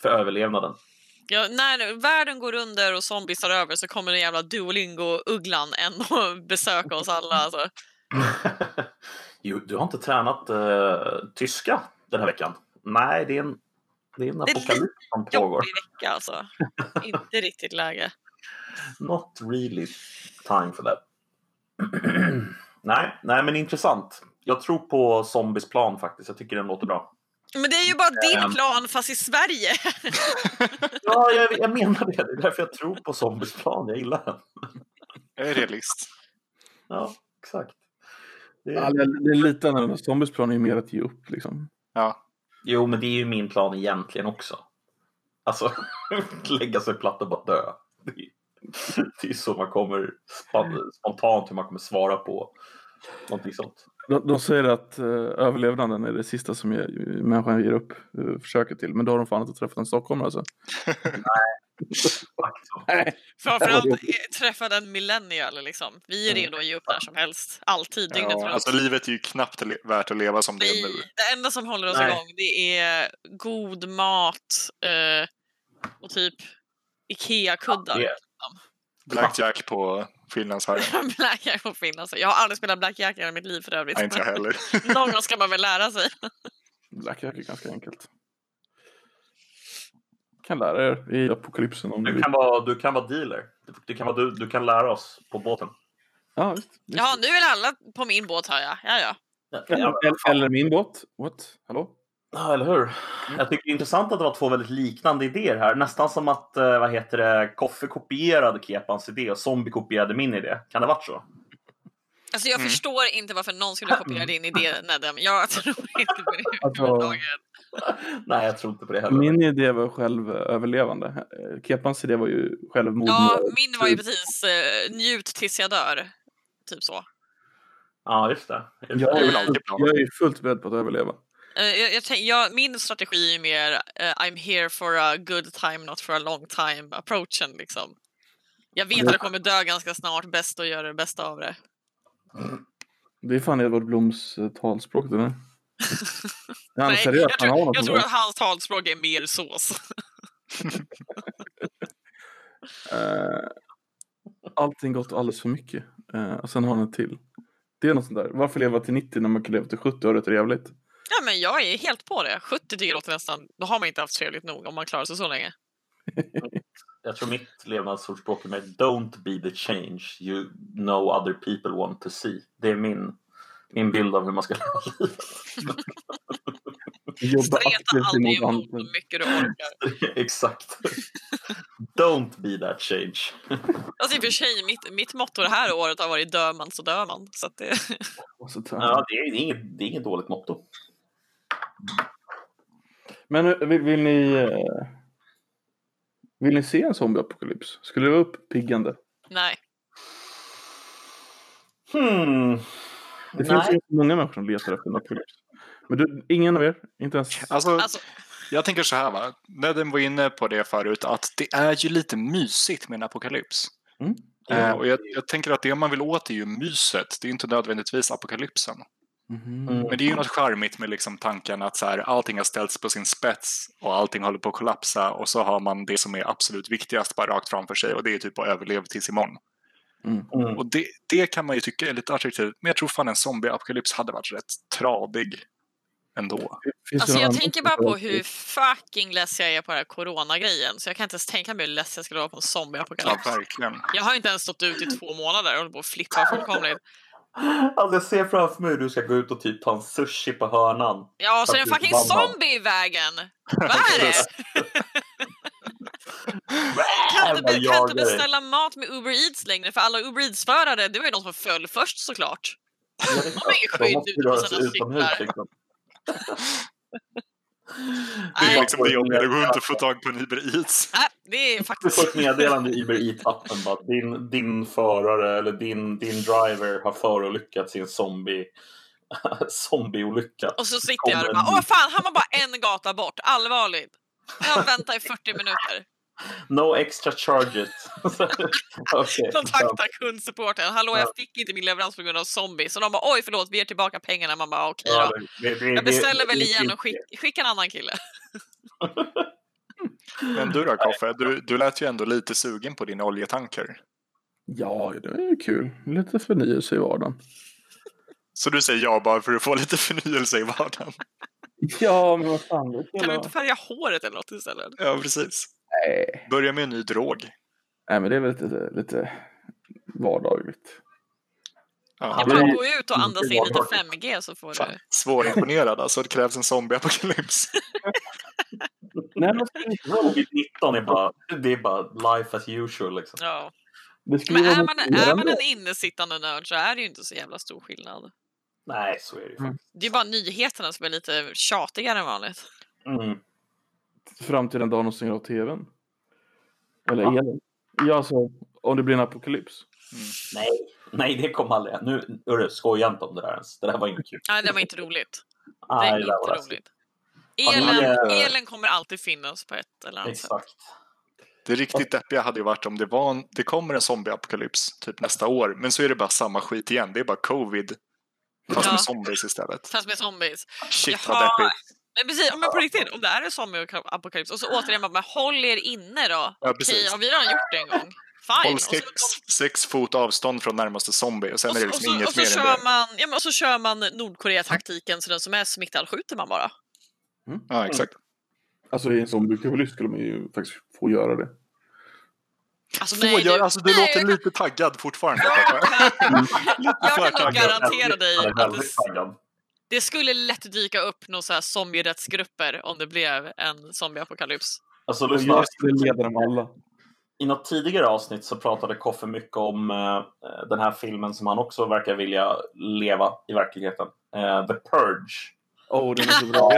S3: för överlevnaden. [laughs]
S2: Ja, när världen går under och zombies tar över så kommer den jävla Duolingo-ugglan ändå [laughs] besöka oss alla. Alltså.
S3: jo, du har inte tränat eh, tyska den här veckan? Nej, det är en, det är en
S2: Det är
S3: apokalyps som pågår.
S2: Jobbig vecka alltså. Inte riktigt läge.
S3: Not really time for that. [clears throat] nej, nej, men intressant. Jag tror på Zombies plan faktiskt. Jag tycker den låter bra.
S2: Men det är ju bara din
S3: Ehm.
S2: plan fast i Sverige. [laughs]
S3: Ja, jag, jag menar det. Det är därför jag tror på Zombies plan. Jag gillar den.
S4: Jag är realist.
S3: Ja, exakt. Det
S1: Ja,
S3: är...
S1: det är lite annorlunda. Zombies plan är ju mer att ge upp liksom.
S3: Jo, men det är ju min plan egentligen också. Alltså, [laughs] lägga sig platt och bara dö. Det är, det är så man kommer span- spontant hur man kommer svara på någonting sånt.
S1: De, de säger att eh, överlevnaden är det sista som ge, människan ger upp eh, försöket till. Men då har de fan inte träffat en stockholmare alltså.
S3: Exakt så.
S2: Framförallt eh, träffa den millennial liksom. Vi är redo att ge upp när som helst. Alltid, dygnet
S4: Mm. Ja,
S2: runt.
S4: alltså livet är ju knappt le- värt att leva som det är nu.
S2: Nej, det enda som håller oss
S3: Nej.
S2: igång det är god mat eh, och typ Ikea-kuddar. [laughs]
S3: Det-
S4: Blackjack på Finlandsfärjan.
S2: Blackjack på Finland. Alltså. Jag har aldrig spelat blackjack i hela mitt liv för övrigt.
S4: Nej, inte jag Mm.
S2: [laughs]
S4: heller.
S2: Någon gång ska man väl lära sig.
S1: Blackjack är ganska enkelt. Kan lära er i apokalypsen om ni
S3: Du
S1: vill.
S3: kan vara, du kan vara dealer. Du, du, kan vara, du, du kan lära oss på båten.
S1: Ja, visst.
S2: Ja, nu är alla på min båt hör jag. Ja, ja.
S3: Ja,
S1: Eller, eller min båt. What? Hallå?
S3: Ja, eller hur? Jag tycker det är intressant att det var två väldigt liknande idéer här. Nästan som att eh, vad heter det, Koffe kopierade Kepans idé och Zombie kopierade min idé. Kan det ha varit så?
S2: Alltså jag
S4: Mm.
S2: förstår inte varför någon skulle kopiera din idé Nedem. Jag tror inte på det
S1: Alltså-
S2: överhuvudtaget.
S3: Nej, jag tror inte på det heller.
S1: Min idé var självöverlevande. Eh, Kepans idé var ju självmord.
S2: Ja, min var ju
S1: typ
S2: precis eh, njut tills jag dör. Typ så.
S3: Ja, just det. Just
S1: Jag
S3: det.
S4: är
S1: är,
S4: väl alltid planen.
S1: jag är ju fullt beredd på att överleva.
S2: Eh, jag, jag tänk, jag, min strategi är ju mer eh, I'm here for a good time, not for a long time approachen liksom. Jag vet att jag kommer dö ganska snart, bäst att göra det bästa av det.
S1: Det är fan Edvard Bloms eh, talspråk
S2: [laughs]
S1: det där. Är han
S2: Nej,
S1: seriös?
S2: jag
S1: Han
S2: tror,
S1: har något
S2: jag
S1: sånt
S2: tror
S1: där.
S2: att hans talspråk är mer sås. [laughs]
S1: Eh, allting gått alldeles för mycket. Eh, och sen har han en till. Det är något sånt där. Varför leva till 90 när man kan leva till 70 och ha det trevligt?
S2: Ja, men jag är helt på det. 70 tycker jag låter nästan... Då har man inte haft trevligt nog om man klarar sig så länge.
S3: Jag tror mitt levnadsordspråk är mer Don't be the change you know other people want to see. Det är min, min bild av hur man ska [laughs] leva
S1: Jobba
S2: Streta
S1: aktivt
S2: aldrig
S1: emot
S2: emot
S1: andra.
S2: hur mycket du orkar.
S3: livet. Exakt. [laughs] Don't be that change.
S2: Alltså i och för sig, mitt, mitt motto det här året har varit dör man så dör man. Så att det, [laughs]
S1: Och så tar-
S3: Ja, det är, det är, inget, det är inget dåligt motto.
S1: Men eh, vill, vill ni... eh, Vill ni se en zombieapokalyps? Skulle det vara uppiggande?
S2: nej.
S3: Hmm.
S1: Det
S3: Nej.
S1: finns ju många människor som letar efter en apokalyps. Men du, ingen av er? Inte ens?
S4: Alltså,
S2: Alltså,
S4: jag tänker så här va. Nedden var inne på det förut att det är ju lite mysigt med en apokalyps.
S1: Mm.
S4: Eh, och jag, jag tänker att det man vill åt är ju myset. Det är inte nödvändigtvis apokalypsen.
S1: Mhm.
S3: Mm.
S4: Men det är ju något charmigt med liksom tanken att så här, allting har ställts på sin spets och allting håller på att kollapsa och så har man det som är absolut viktigast bara rakt framför sig och det är typ att överleva tills imorgon.
S3: Mm.
S4: Och det, det kan man ju tycka är lite attraktivt, men jag tror fan en zombieapokalyps hade varit rätt tradig ändå.
S1: Finns det
S2: alltså
S1: någon
S2: jag
S1: annan
S2: tänker bara på
S1: apokalyps?
S2: hur fucking less jag är på den här coronagrejen. Så jag kan inte ens tänka mig hur less jag skulle vara på en
S4: Ja,
S2: zombieapokalyps.
S4: verkligen.
S2: Jag har inte ens stått ut i två månader och håller på att flippa fullkomligt.
S3: Alltså, jag ser framför mig hur du ska gå ut och typ ta en sushi på hörnan.
S2: Ja, och så är det en fucking zombie i
S3: [laughs]
S2: vägen! Vad är det? [laughs] Kan inte,
S3: Vad
S2: be- kan
S3: jagar
S2: inte
S3: dig.
S2: beställa mat med Uber Eats längre för alla Uber Eats-förare, det var ju de som föll först såklart. De har inget
S3: De
S2: skydd
S3: måste
S2: ute
S3: röra
S2: på
S3: sig
S2: sina
S3: utomhus.
S2: cyklar.
S3: Liksom.
S4: Det är
S2: Nej,
S4: liksom det jobbiga, det går inte att få tag på en Uber Eats.
S2: nej, det är
S3: Du får
S2: faktiskt...
S3: ett meddelande i Uber Eats-appen bara din, din förare eller din, din driver har förolyckats i en zombie zombieolycka.
S2: Och så sitter jag där och bara, åh fan, han var bara en gata bort, allvarligt. Jag har väntat i 40 minuter.
S3: No extra charges. Okej.
S2: Kontakta kundsupporten. Hallå, jag fick inte min leverans på grund av zombie. Så de bara, oj förlåt, vi ger tillbaka pengarna. Man bara, okej
S3: Ja,
S2: då.
S3: det- det- det-
S2: Jag beställer väl igen
S3: det-
S2: och skick, skicka en annan kille.
S4: Men du då, Kaffe? Du, du lät ju ändå lite sugen på din oljetanker.
S1: Ja, det är ju kul. Lite förnyelse i vardagen.
S4: Så du säger ja bara för att få lite förnyelse i vardagen?
S1: Ja, men vad fan. Det
S2: Kan du inte färga håret eller något istället?
S4: Ja, precis.
S1: Nej.
S4: Börja med en ny drog.
S1: Nej, men det är väl lite, lite vardagligt.
S2: Det
S4: Ja.
S2: är
S1: det är
S2: bara
S1: ju
S2: att gå ut och
S1: inte
S2: andas in lite
S3: vardagligt.
S2: 5G så får
S4: Fan,
S2: du...
S4: svårimponerad alltså. Det krävs en zombieapokalyps.
S2: [laughs]
S1: Nej, men skulle inte vara-
S3: Covid-19 är bara, det är bara life as usual. Liksom.
S2: Ja.
S1: det skulle
S2: Men
S1: ju vara
S2: är man, är man
S1: motiverande.
S2: en innesittande nörd så är det ju inte så jävla stor skillnad.
S3: Nej, så är det ju faktiskt.
S2: Det är ju bara nyheterna som är lite tjatigare än vanligt.
S3: Mm.
S1: Fram till den dagen de stänger av tvn. Eller
S3: Va?
S1: elen. Ja, alltså om det blir en apokalyps.
S3: Nej, det kommer aldrig hända. Nu, hörru, skoja inte om det där ens. Det där var inte kul.
S2: Nej, det var inte roligt. Det
S3: Nej,
S2: är
S3: det där var
S2: inte
S3: läskigt.
S2: roligt.
S3: Ja, det
S2: Elen,
S3: är-
S2: elen kommer alltid finnas på ett eller annat sätt.
S3: Exakt.
S4: Det riktigt deppiga hade ju varit om det, var en, det kommer en zombieapokalyps typ nästa år, men så är det bara samma skit igen. Det är bara covid, fast
S2: Ja.
S4: med zombies istället.
S2: Fast med zombies.
S4: Shit
S2: Jaha.
S4: vad deppigt.
S2: Men precis, men på riktigt, om det här är zombieapokalyps och så återigen bara, men håll er inne då.
S4: Ja,
S2: Okej,
S4: precis.
S2: har vi redan gjort det en gång? Fine.
S4: Håll
S2: Och så,
S4: sex, sex fot avstånd från närmaste zombie och sen
S2: och,
S4: är det
S2: så, och,
S4: liksom
S2: så, och,
S4: inget
S2: så
S4: mer än
S2: kör
S4: det.
S2: man, ja, men, och så kör man Nordkorea-taktiken så den som är smittad skjuter man bara.
S4: Ja, exakt.
S1: Alltså i en zombieapokalyps skulle man ju faktiskt få göra det.
S2: Alltså,
S4: Få
S2: nej,
S4: gör,
S2: du,
S4: alltså, du
S2: nej,
S4: låter
S2: jag-
S4: lite
S2: [laughs]
S4: taggad fortfarande.
S2: jag
S4: för
S2: kan nog
S4: taggad.
S2: garantera dig
S3: Jag är
S2: att det,
S3: väldigt taggad.
S2: det skulle lätt dyka upp några så här zombierättsgrupper om det blev en zombieapokalyps.
S3: Alltså,
S1: Och
S3: lyssna.
S1: jag skulle leda dem alla.
S3: I något tidigare avsnitt så pratade Koffe mycket om eh, den här filmen som han också verkar vilja leva i verkligheten. Eh, The Purge.
S1: Åh, den är så bra.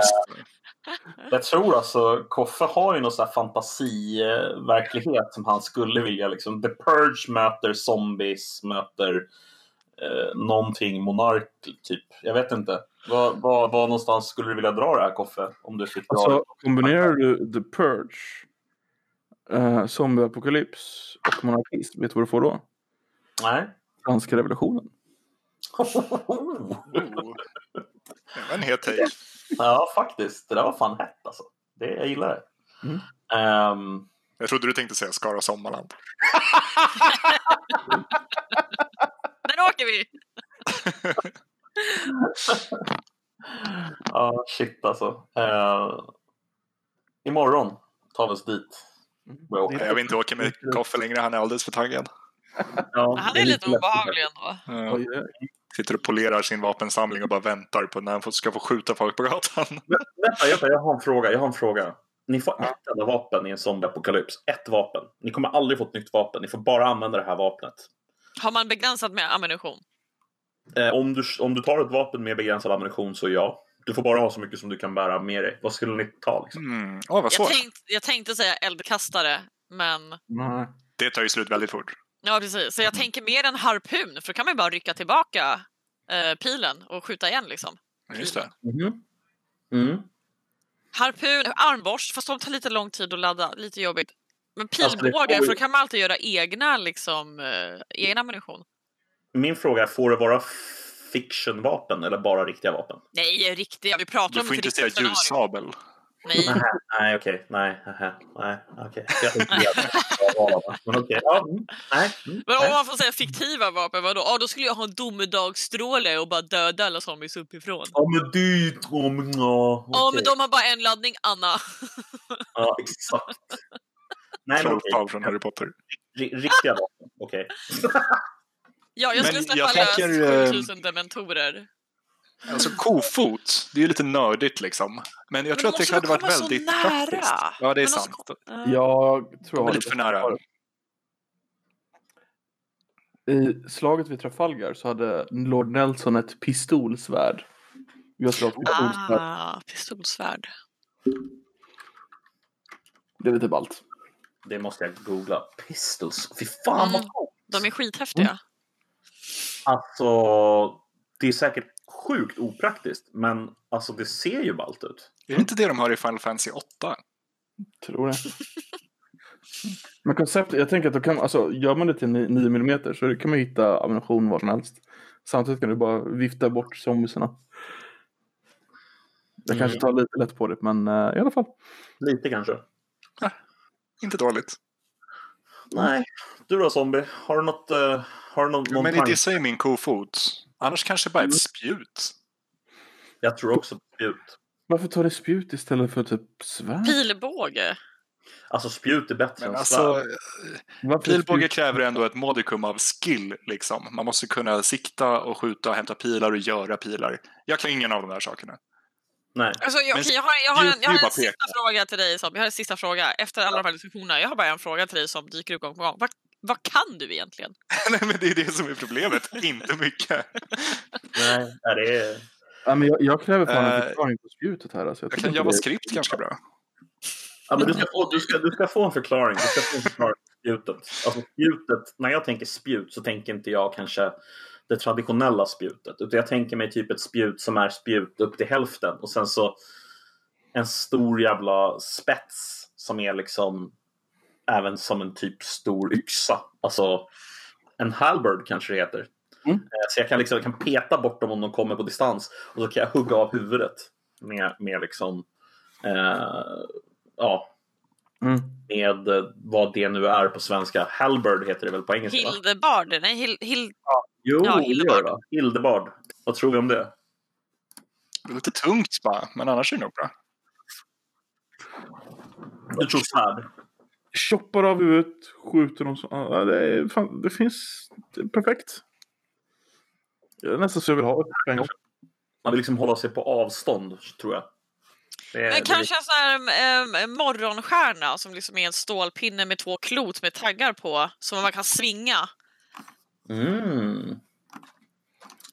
S3: Jag tror alltså Koffe har ju någon sån här fantasiverklighet som han skulle vilja liksom. The Purge möter zombies, möter eh, någonting monark typ. Jag vet inte. Var, var, var någonstans skulle du vilja dra det här Koffe? Om du fick dra
S1: Alltså, kombinerar du The Purge, eh, zombieapokalyps och monarkism, vet du vad du får då?
S3: det? Nej. [laughs]
S1: Franska revolutionen.
S4: Oh. Det var en het take.
S3: ja, faktiskt. Det där var fan hett alltså. Det, jag gillar det.
S1: Mm.
S3: Ehm,
S4: Jag trodde du tänkte säga Skara Sommarland.
S2: Där åker vi!
S3: Ja, shit alltså. Eh, imorgon tar vi oss dit. Börjar åka.
S4: Nej, Jag vill inte åka med Koffe längre, han är alldeles för taggad.
S3: Ja,
S2: Han
S3: det
S2: är lite
S3: lätt.
S2: obehaglig ändå.
S4: Ja.
S1: Oj, oj.
S4: Sitter och polerar sin vapensamling och bara väntar på när han får- ska få skjuta folk på gatan.
S3: Vänta, vänta, jag har en fråga. Jag har en fråga. Ni får ett enda vapen i en zombieapokalyps. Ett vapen. Ni kommer aldrig få ett nytt vapen. Ni får bara använda det här vapnet.
S2: Har man begränsat med ammunition?
S3: Eh, om, du, om du tar ett vapen med begränsad ammunition så ja. Du får bara ha så mycket som du kan bära med dig. Vad skulle ni ta? Liksom?
S4: Mm. Åh, vad
S2: Jag,
S4: svårt.
S2: tänkt, jag tänkte säga eldkastare, men...
S1: Nej.
S4: Det tar ju slut väldigt fort.
S2: Ja, precis. Så jag tänker mer en harpun, för då kan man ju bara rycka tillbaka eh, pilen och skjuta igen liksom.
S4: Just det.
S3: Mhm. Mm.
S2: Harpun, armborst, fast de tar lite lång tid att ladda, lite jobbigt. Men
S3: Alltså, det får
S2: pilbågar, för då
S3: ju-
S2: kan man alltid göra egna, liksom, eh, egna ammunition.
S3: Min fråga är, får det vara fictionvapen eller bara riktiga vapen?
S2: Nej, riktiga. Vi pratar
S4: Du
S2: om
S4: får inte säga
S2: riktigt scenario.
S4: ljussabel.
S2: Nej,
S3: Nej, okej. Nej, aha, nej, okej. Jag tänkte det. Jag var det. Men okej. Ja, mm, nej, mm,
S2: Men om
S3: nej.
S2: man får säga fiktiva vapen, vadå? Ja, då skulle jag ha en domedagsstråle och bara döda alla zombies uppifrån.
S3: Ja, men du... Ja, men ja,
S2: Ja,
S3: okej.
S2: men de har bara en laddning, Anna.
S3: Ja, [laughs] exakt. Nej, men
S4: Trollkarl
S3: okej.
S4: från Harry Potter.
S3: Ri- Riktiga vapen. Okej.
S2: Ja, jag skulle
S4: Men
S2: släppa
S4: jag tänker,
S2: lös
S4: eh,
S2: 7000 dementorer.
S4: Alltså kofot, det är ju lite nördigt liksom.
S2: Men
S4: Men jag tror
S2: de
S4: att det
S2: måste
S4: hade
S2: väl
S4: varit
S2: komma så
S4: väldigt
S2: nära?
S4: praktiskt. Ja, det
S2: Men
S4: är
S2: de
S4: sant.
S1: Jag tror jag
S4: De
S1: har
S4: är lite för
S1: bästa
S4: nära.
S1: svaret. I slaget vid Trafalgar så hade Lord Nelson ett pistolsvärd. Jag tror att pistolsvärd,
S2: Ah, pistolsvärd.
S1: det är lite ballt.
S3: Det måste jag googla. Pistols. Fy fan
S2: Mm.
S3: vad coolt!
S2: De är skithäftiga.
S3: Alltså, det är säkert sjukt opraktiskt. Men alltså, det ser ju ballt ut.
S4: Är det inte det de har i Final Fantasy 8?
S1: Tror
S4: [laughs]
S1: det. Men konceptet, jag tänker att då kan, alltså, gör man det till 9 mm så kan man ju hitta ammunition var som helst. Samtidigt kan du bara vifta bort zombiesarna. Jag
S4: Mm.
S1: kanske tar lite lätt på det, men eh, i alla fall.
S3: Lite kanske.
S4: Inte dåligt.
S3: Nej. Du då, zombie? Har du något... eh, har du någon, någon
S4: Men ni
S3: tanke?
S4: dissar ju min kofot. Annars kanske bara ett spjut.
S3: Jag tror också på spjut.
S1: Varför tar det spjut istället för typ svärd?
S2: Pilbåge.
S3: Alltså, spjut är bättre
S4: Men
S3: än svärd.
S4: alltså,
S1: Varför är
S4: pilbåge
S1: spjut-
S4: kräver ändå ett modicum av skill. Liksom. Man måste kunna sikta och skjuta, hämta pilar och göra pilar. Jag kan ingen av de där sakerna. [laughs]
S3: Nej.
S2: Alltså, jag,
S4: Men
S2: okej, jag har, jag har
S4: det är
S2: en, jag
S4: ju
S2: har
S4: bara
S2: en sista fråga till dig. Som, jag har en sista fråga efter alla de här diskussionerna. Jag har bara en fråga till dig som dyker upp gång på gång. Vad, vad kan du egentligen?
S4: Nej, men det är det som är problemet, [laughs] inte mycket.
S3: Nej. nej, det är...
S1: Ja, men jag, jag kräver fan en
S4: Eh,
S1: förklaring på spjutet här. Alltså. Jag
S4: Jag
S1: tycker
S4: kan
S1: inte
S4: jobba
S1: det-
S4: skript ganska bra.
S3: Ja, men du, ska få, du, ska, du ska få en förklaring. Du ska få en förklaring till spjutet. Alltså, spjutet. När jag tänker spjut så tänker inte jag kanske det traditionella spjutet. Utan jag tänker mig typ ett spjut som är spjut upp till hälften och sen så en stor jävla spets som är liksom även som en typ stor yxa. Alltså en halberd kanske det heter.
S1: Mm.
S3: Eh, Så jag kan, liksom, jag kan peta bort dem om de kommer på distans och så kan jag hugga av huvudet med, med liksom eh, ja,
S1: Mm.
S3: med eh, vad det nu är på svenska. Halberd heter det väl på engelska? Va?
S2: Hildebard? Nej, Hil, Hil,
S3: Jo,
S2: Ja,
S3: det gör
S2: Hildebard.
S3: det, va? Hildebard. Vad tror vi om det?
S4: Det är lite tungt bara, men annars är det nog bra.
S3: Du tror svärd?
S1: Choppar av huvudet, skjuter dem. Så, ja, det, är, fan, det finns det är perfekt. Jag är nästan så jag vill ha det.
S3: Man vill liksom hålla sig på avstånd, tror jag. Det,
S2: Men
S3: det-
S2: kanske en sån här em, em, morgonstjärna som liksom är en stålpinne med två klot med taggar på som man kan svinga.
S3: Mm.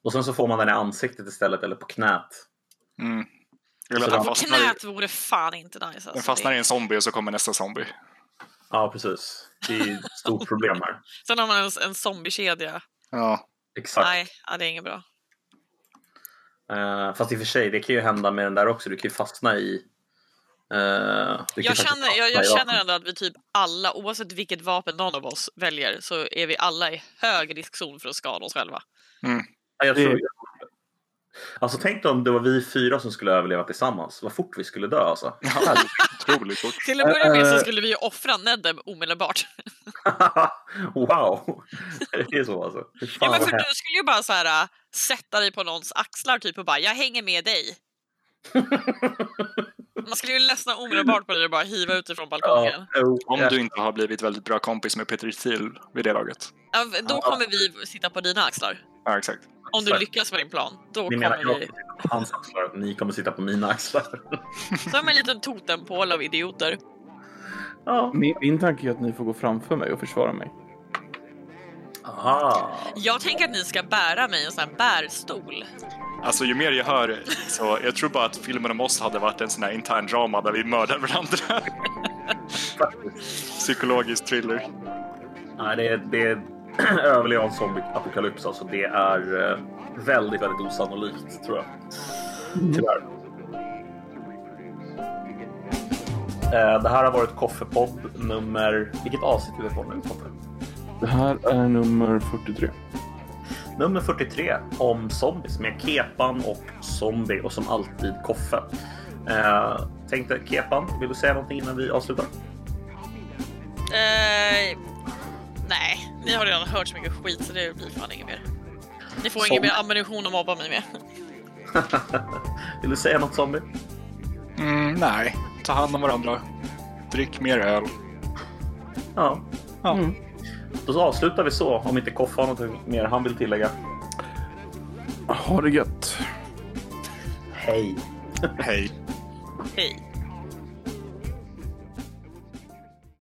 S3: Och sen så får man den i ansiktet istället eller på knät.
S4: Mm. Eller att
S3: Så
S4: den
S3: den-
S4: fastnar, i-
S2: Knät vore fan inte nice. Alltså.
S4: den fastnar i
S2: Det-
S4: en zombie och så kommer nästa zombie.
S3: Ja, precis. Det är ju ett stort problem här.
S2: Sen har man en, en zombiekedja.
S4: Ja.
S3: [laughs] Exakt.
S2: Nej, ja, det är inget bra.
S3: Eh, fast i och för sig, det kan ju hända med den där också. Du kan ju fastna i... eh, du kan
S2: Jag
S3: faktiskt
S2: känner, jag, jag
S3: fastna i
S2: känner
S3: vapen.
S2: ändå att vi typ alla, oavsett vilket vapen någon av oss väljer, så är vi alla i hög riskzon för att skada oss själva.
S3: Ja, jag
S1: det-
S3: tror... Alltså tänk dig om det var vi fyra som skulle överleva tillsammans. Vad fort vi skulle dö alltså. [laughs]
S4: Ja, [laughs] Otroligt fort.
S2: Till att börja med så
S1: Eh,
S2: skulle vi ju offra Nedem omedelbart.
S3: wow! Det är så alltså. Fy Fan,
S2: Ja, men
S3: vad
S2: för
S3: hemskt.
S2: du skulle ju bara så här, äh, sätta dig på någons axlar typ och bara “jag hänger med
S3: [laughs]
S2: dig”. Man skulle ju ledsna omedelbart på dig och bara hiva ut dig från balkongen.
S3: ja, oh, eh, jo,
S4: Om
S3: jag-
S4: du inte har blivit väldigt bra kompis med Peter Thiel vid det laget.
S2: Ja, Då
S3: Ja.
S2: kommer vi sitta på dina axlar.
S4: Ja, exakt.
S2: Om du
S3: Exakt.
S2: lyckas med din plan. Då
S3: Ni menar
S2: kommer
S3: jag
S2: vi...
S3: kommer sitta på hans axlar, ni kommer sitta på mina axlar.
S2: Som en liten totempål av idioter.
S3: Ja.
S1: Min, min tanke är att ni får gå framför mig och försvara mig.
S3: Aha.
S2: Jag tänker att ni ska bära mig i en sån här bärstol.
S4: Alltså ju mer jag hör så jag tror bara att filmen om oss hade varit en sån här intern drama där vi mördar varandra. [laughs] Psykologisk thriller.
S3: Nej, det är, det är [clears throat] överleva en zombie-apokalyps. Alltså, det är eh, väldigt, väldigt osannolikt, tror jag. Tyvärr. Eh, Det här har varit Koffepodd nummer... Vilket avsnitt är vi på nu? Koffe?
S1: Det här är nummer 43.
S3: Nummer 43 om zombies med Kepan och Zombie och som alltid Koffe. Eh, tänkte Kepan, vill du säga någonting innan vi avslutar? [laughs]
S2: Eh, nej, ni har redan hört så mycket skit så det blir fan inget mer. Ni får
S3: Så-
S2: ingen mer ammunition att mobba mig med. [laughs]
S3: Vill du säga något Zombie?
S4: Mm, nej. Ta hand om varandra. Drick mer öl.
S3: Ja.
S4: Ja.
S3: Då avslutar vi så, om inte Koffe har något mer han vill tillägga.
S1: Ha det gött.
S3: Hej!
S4: Hej.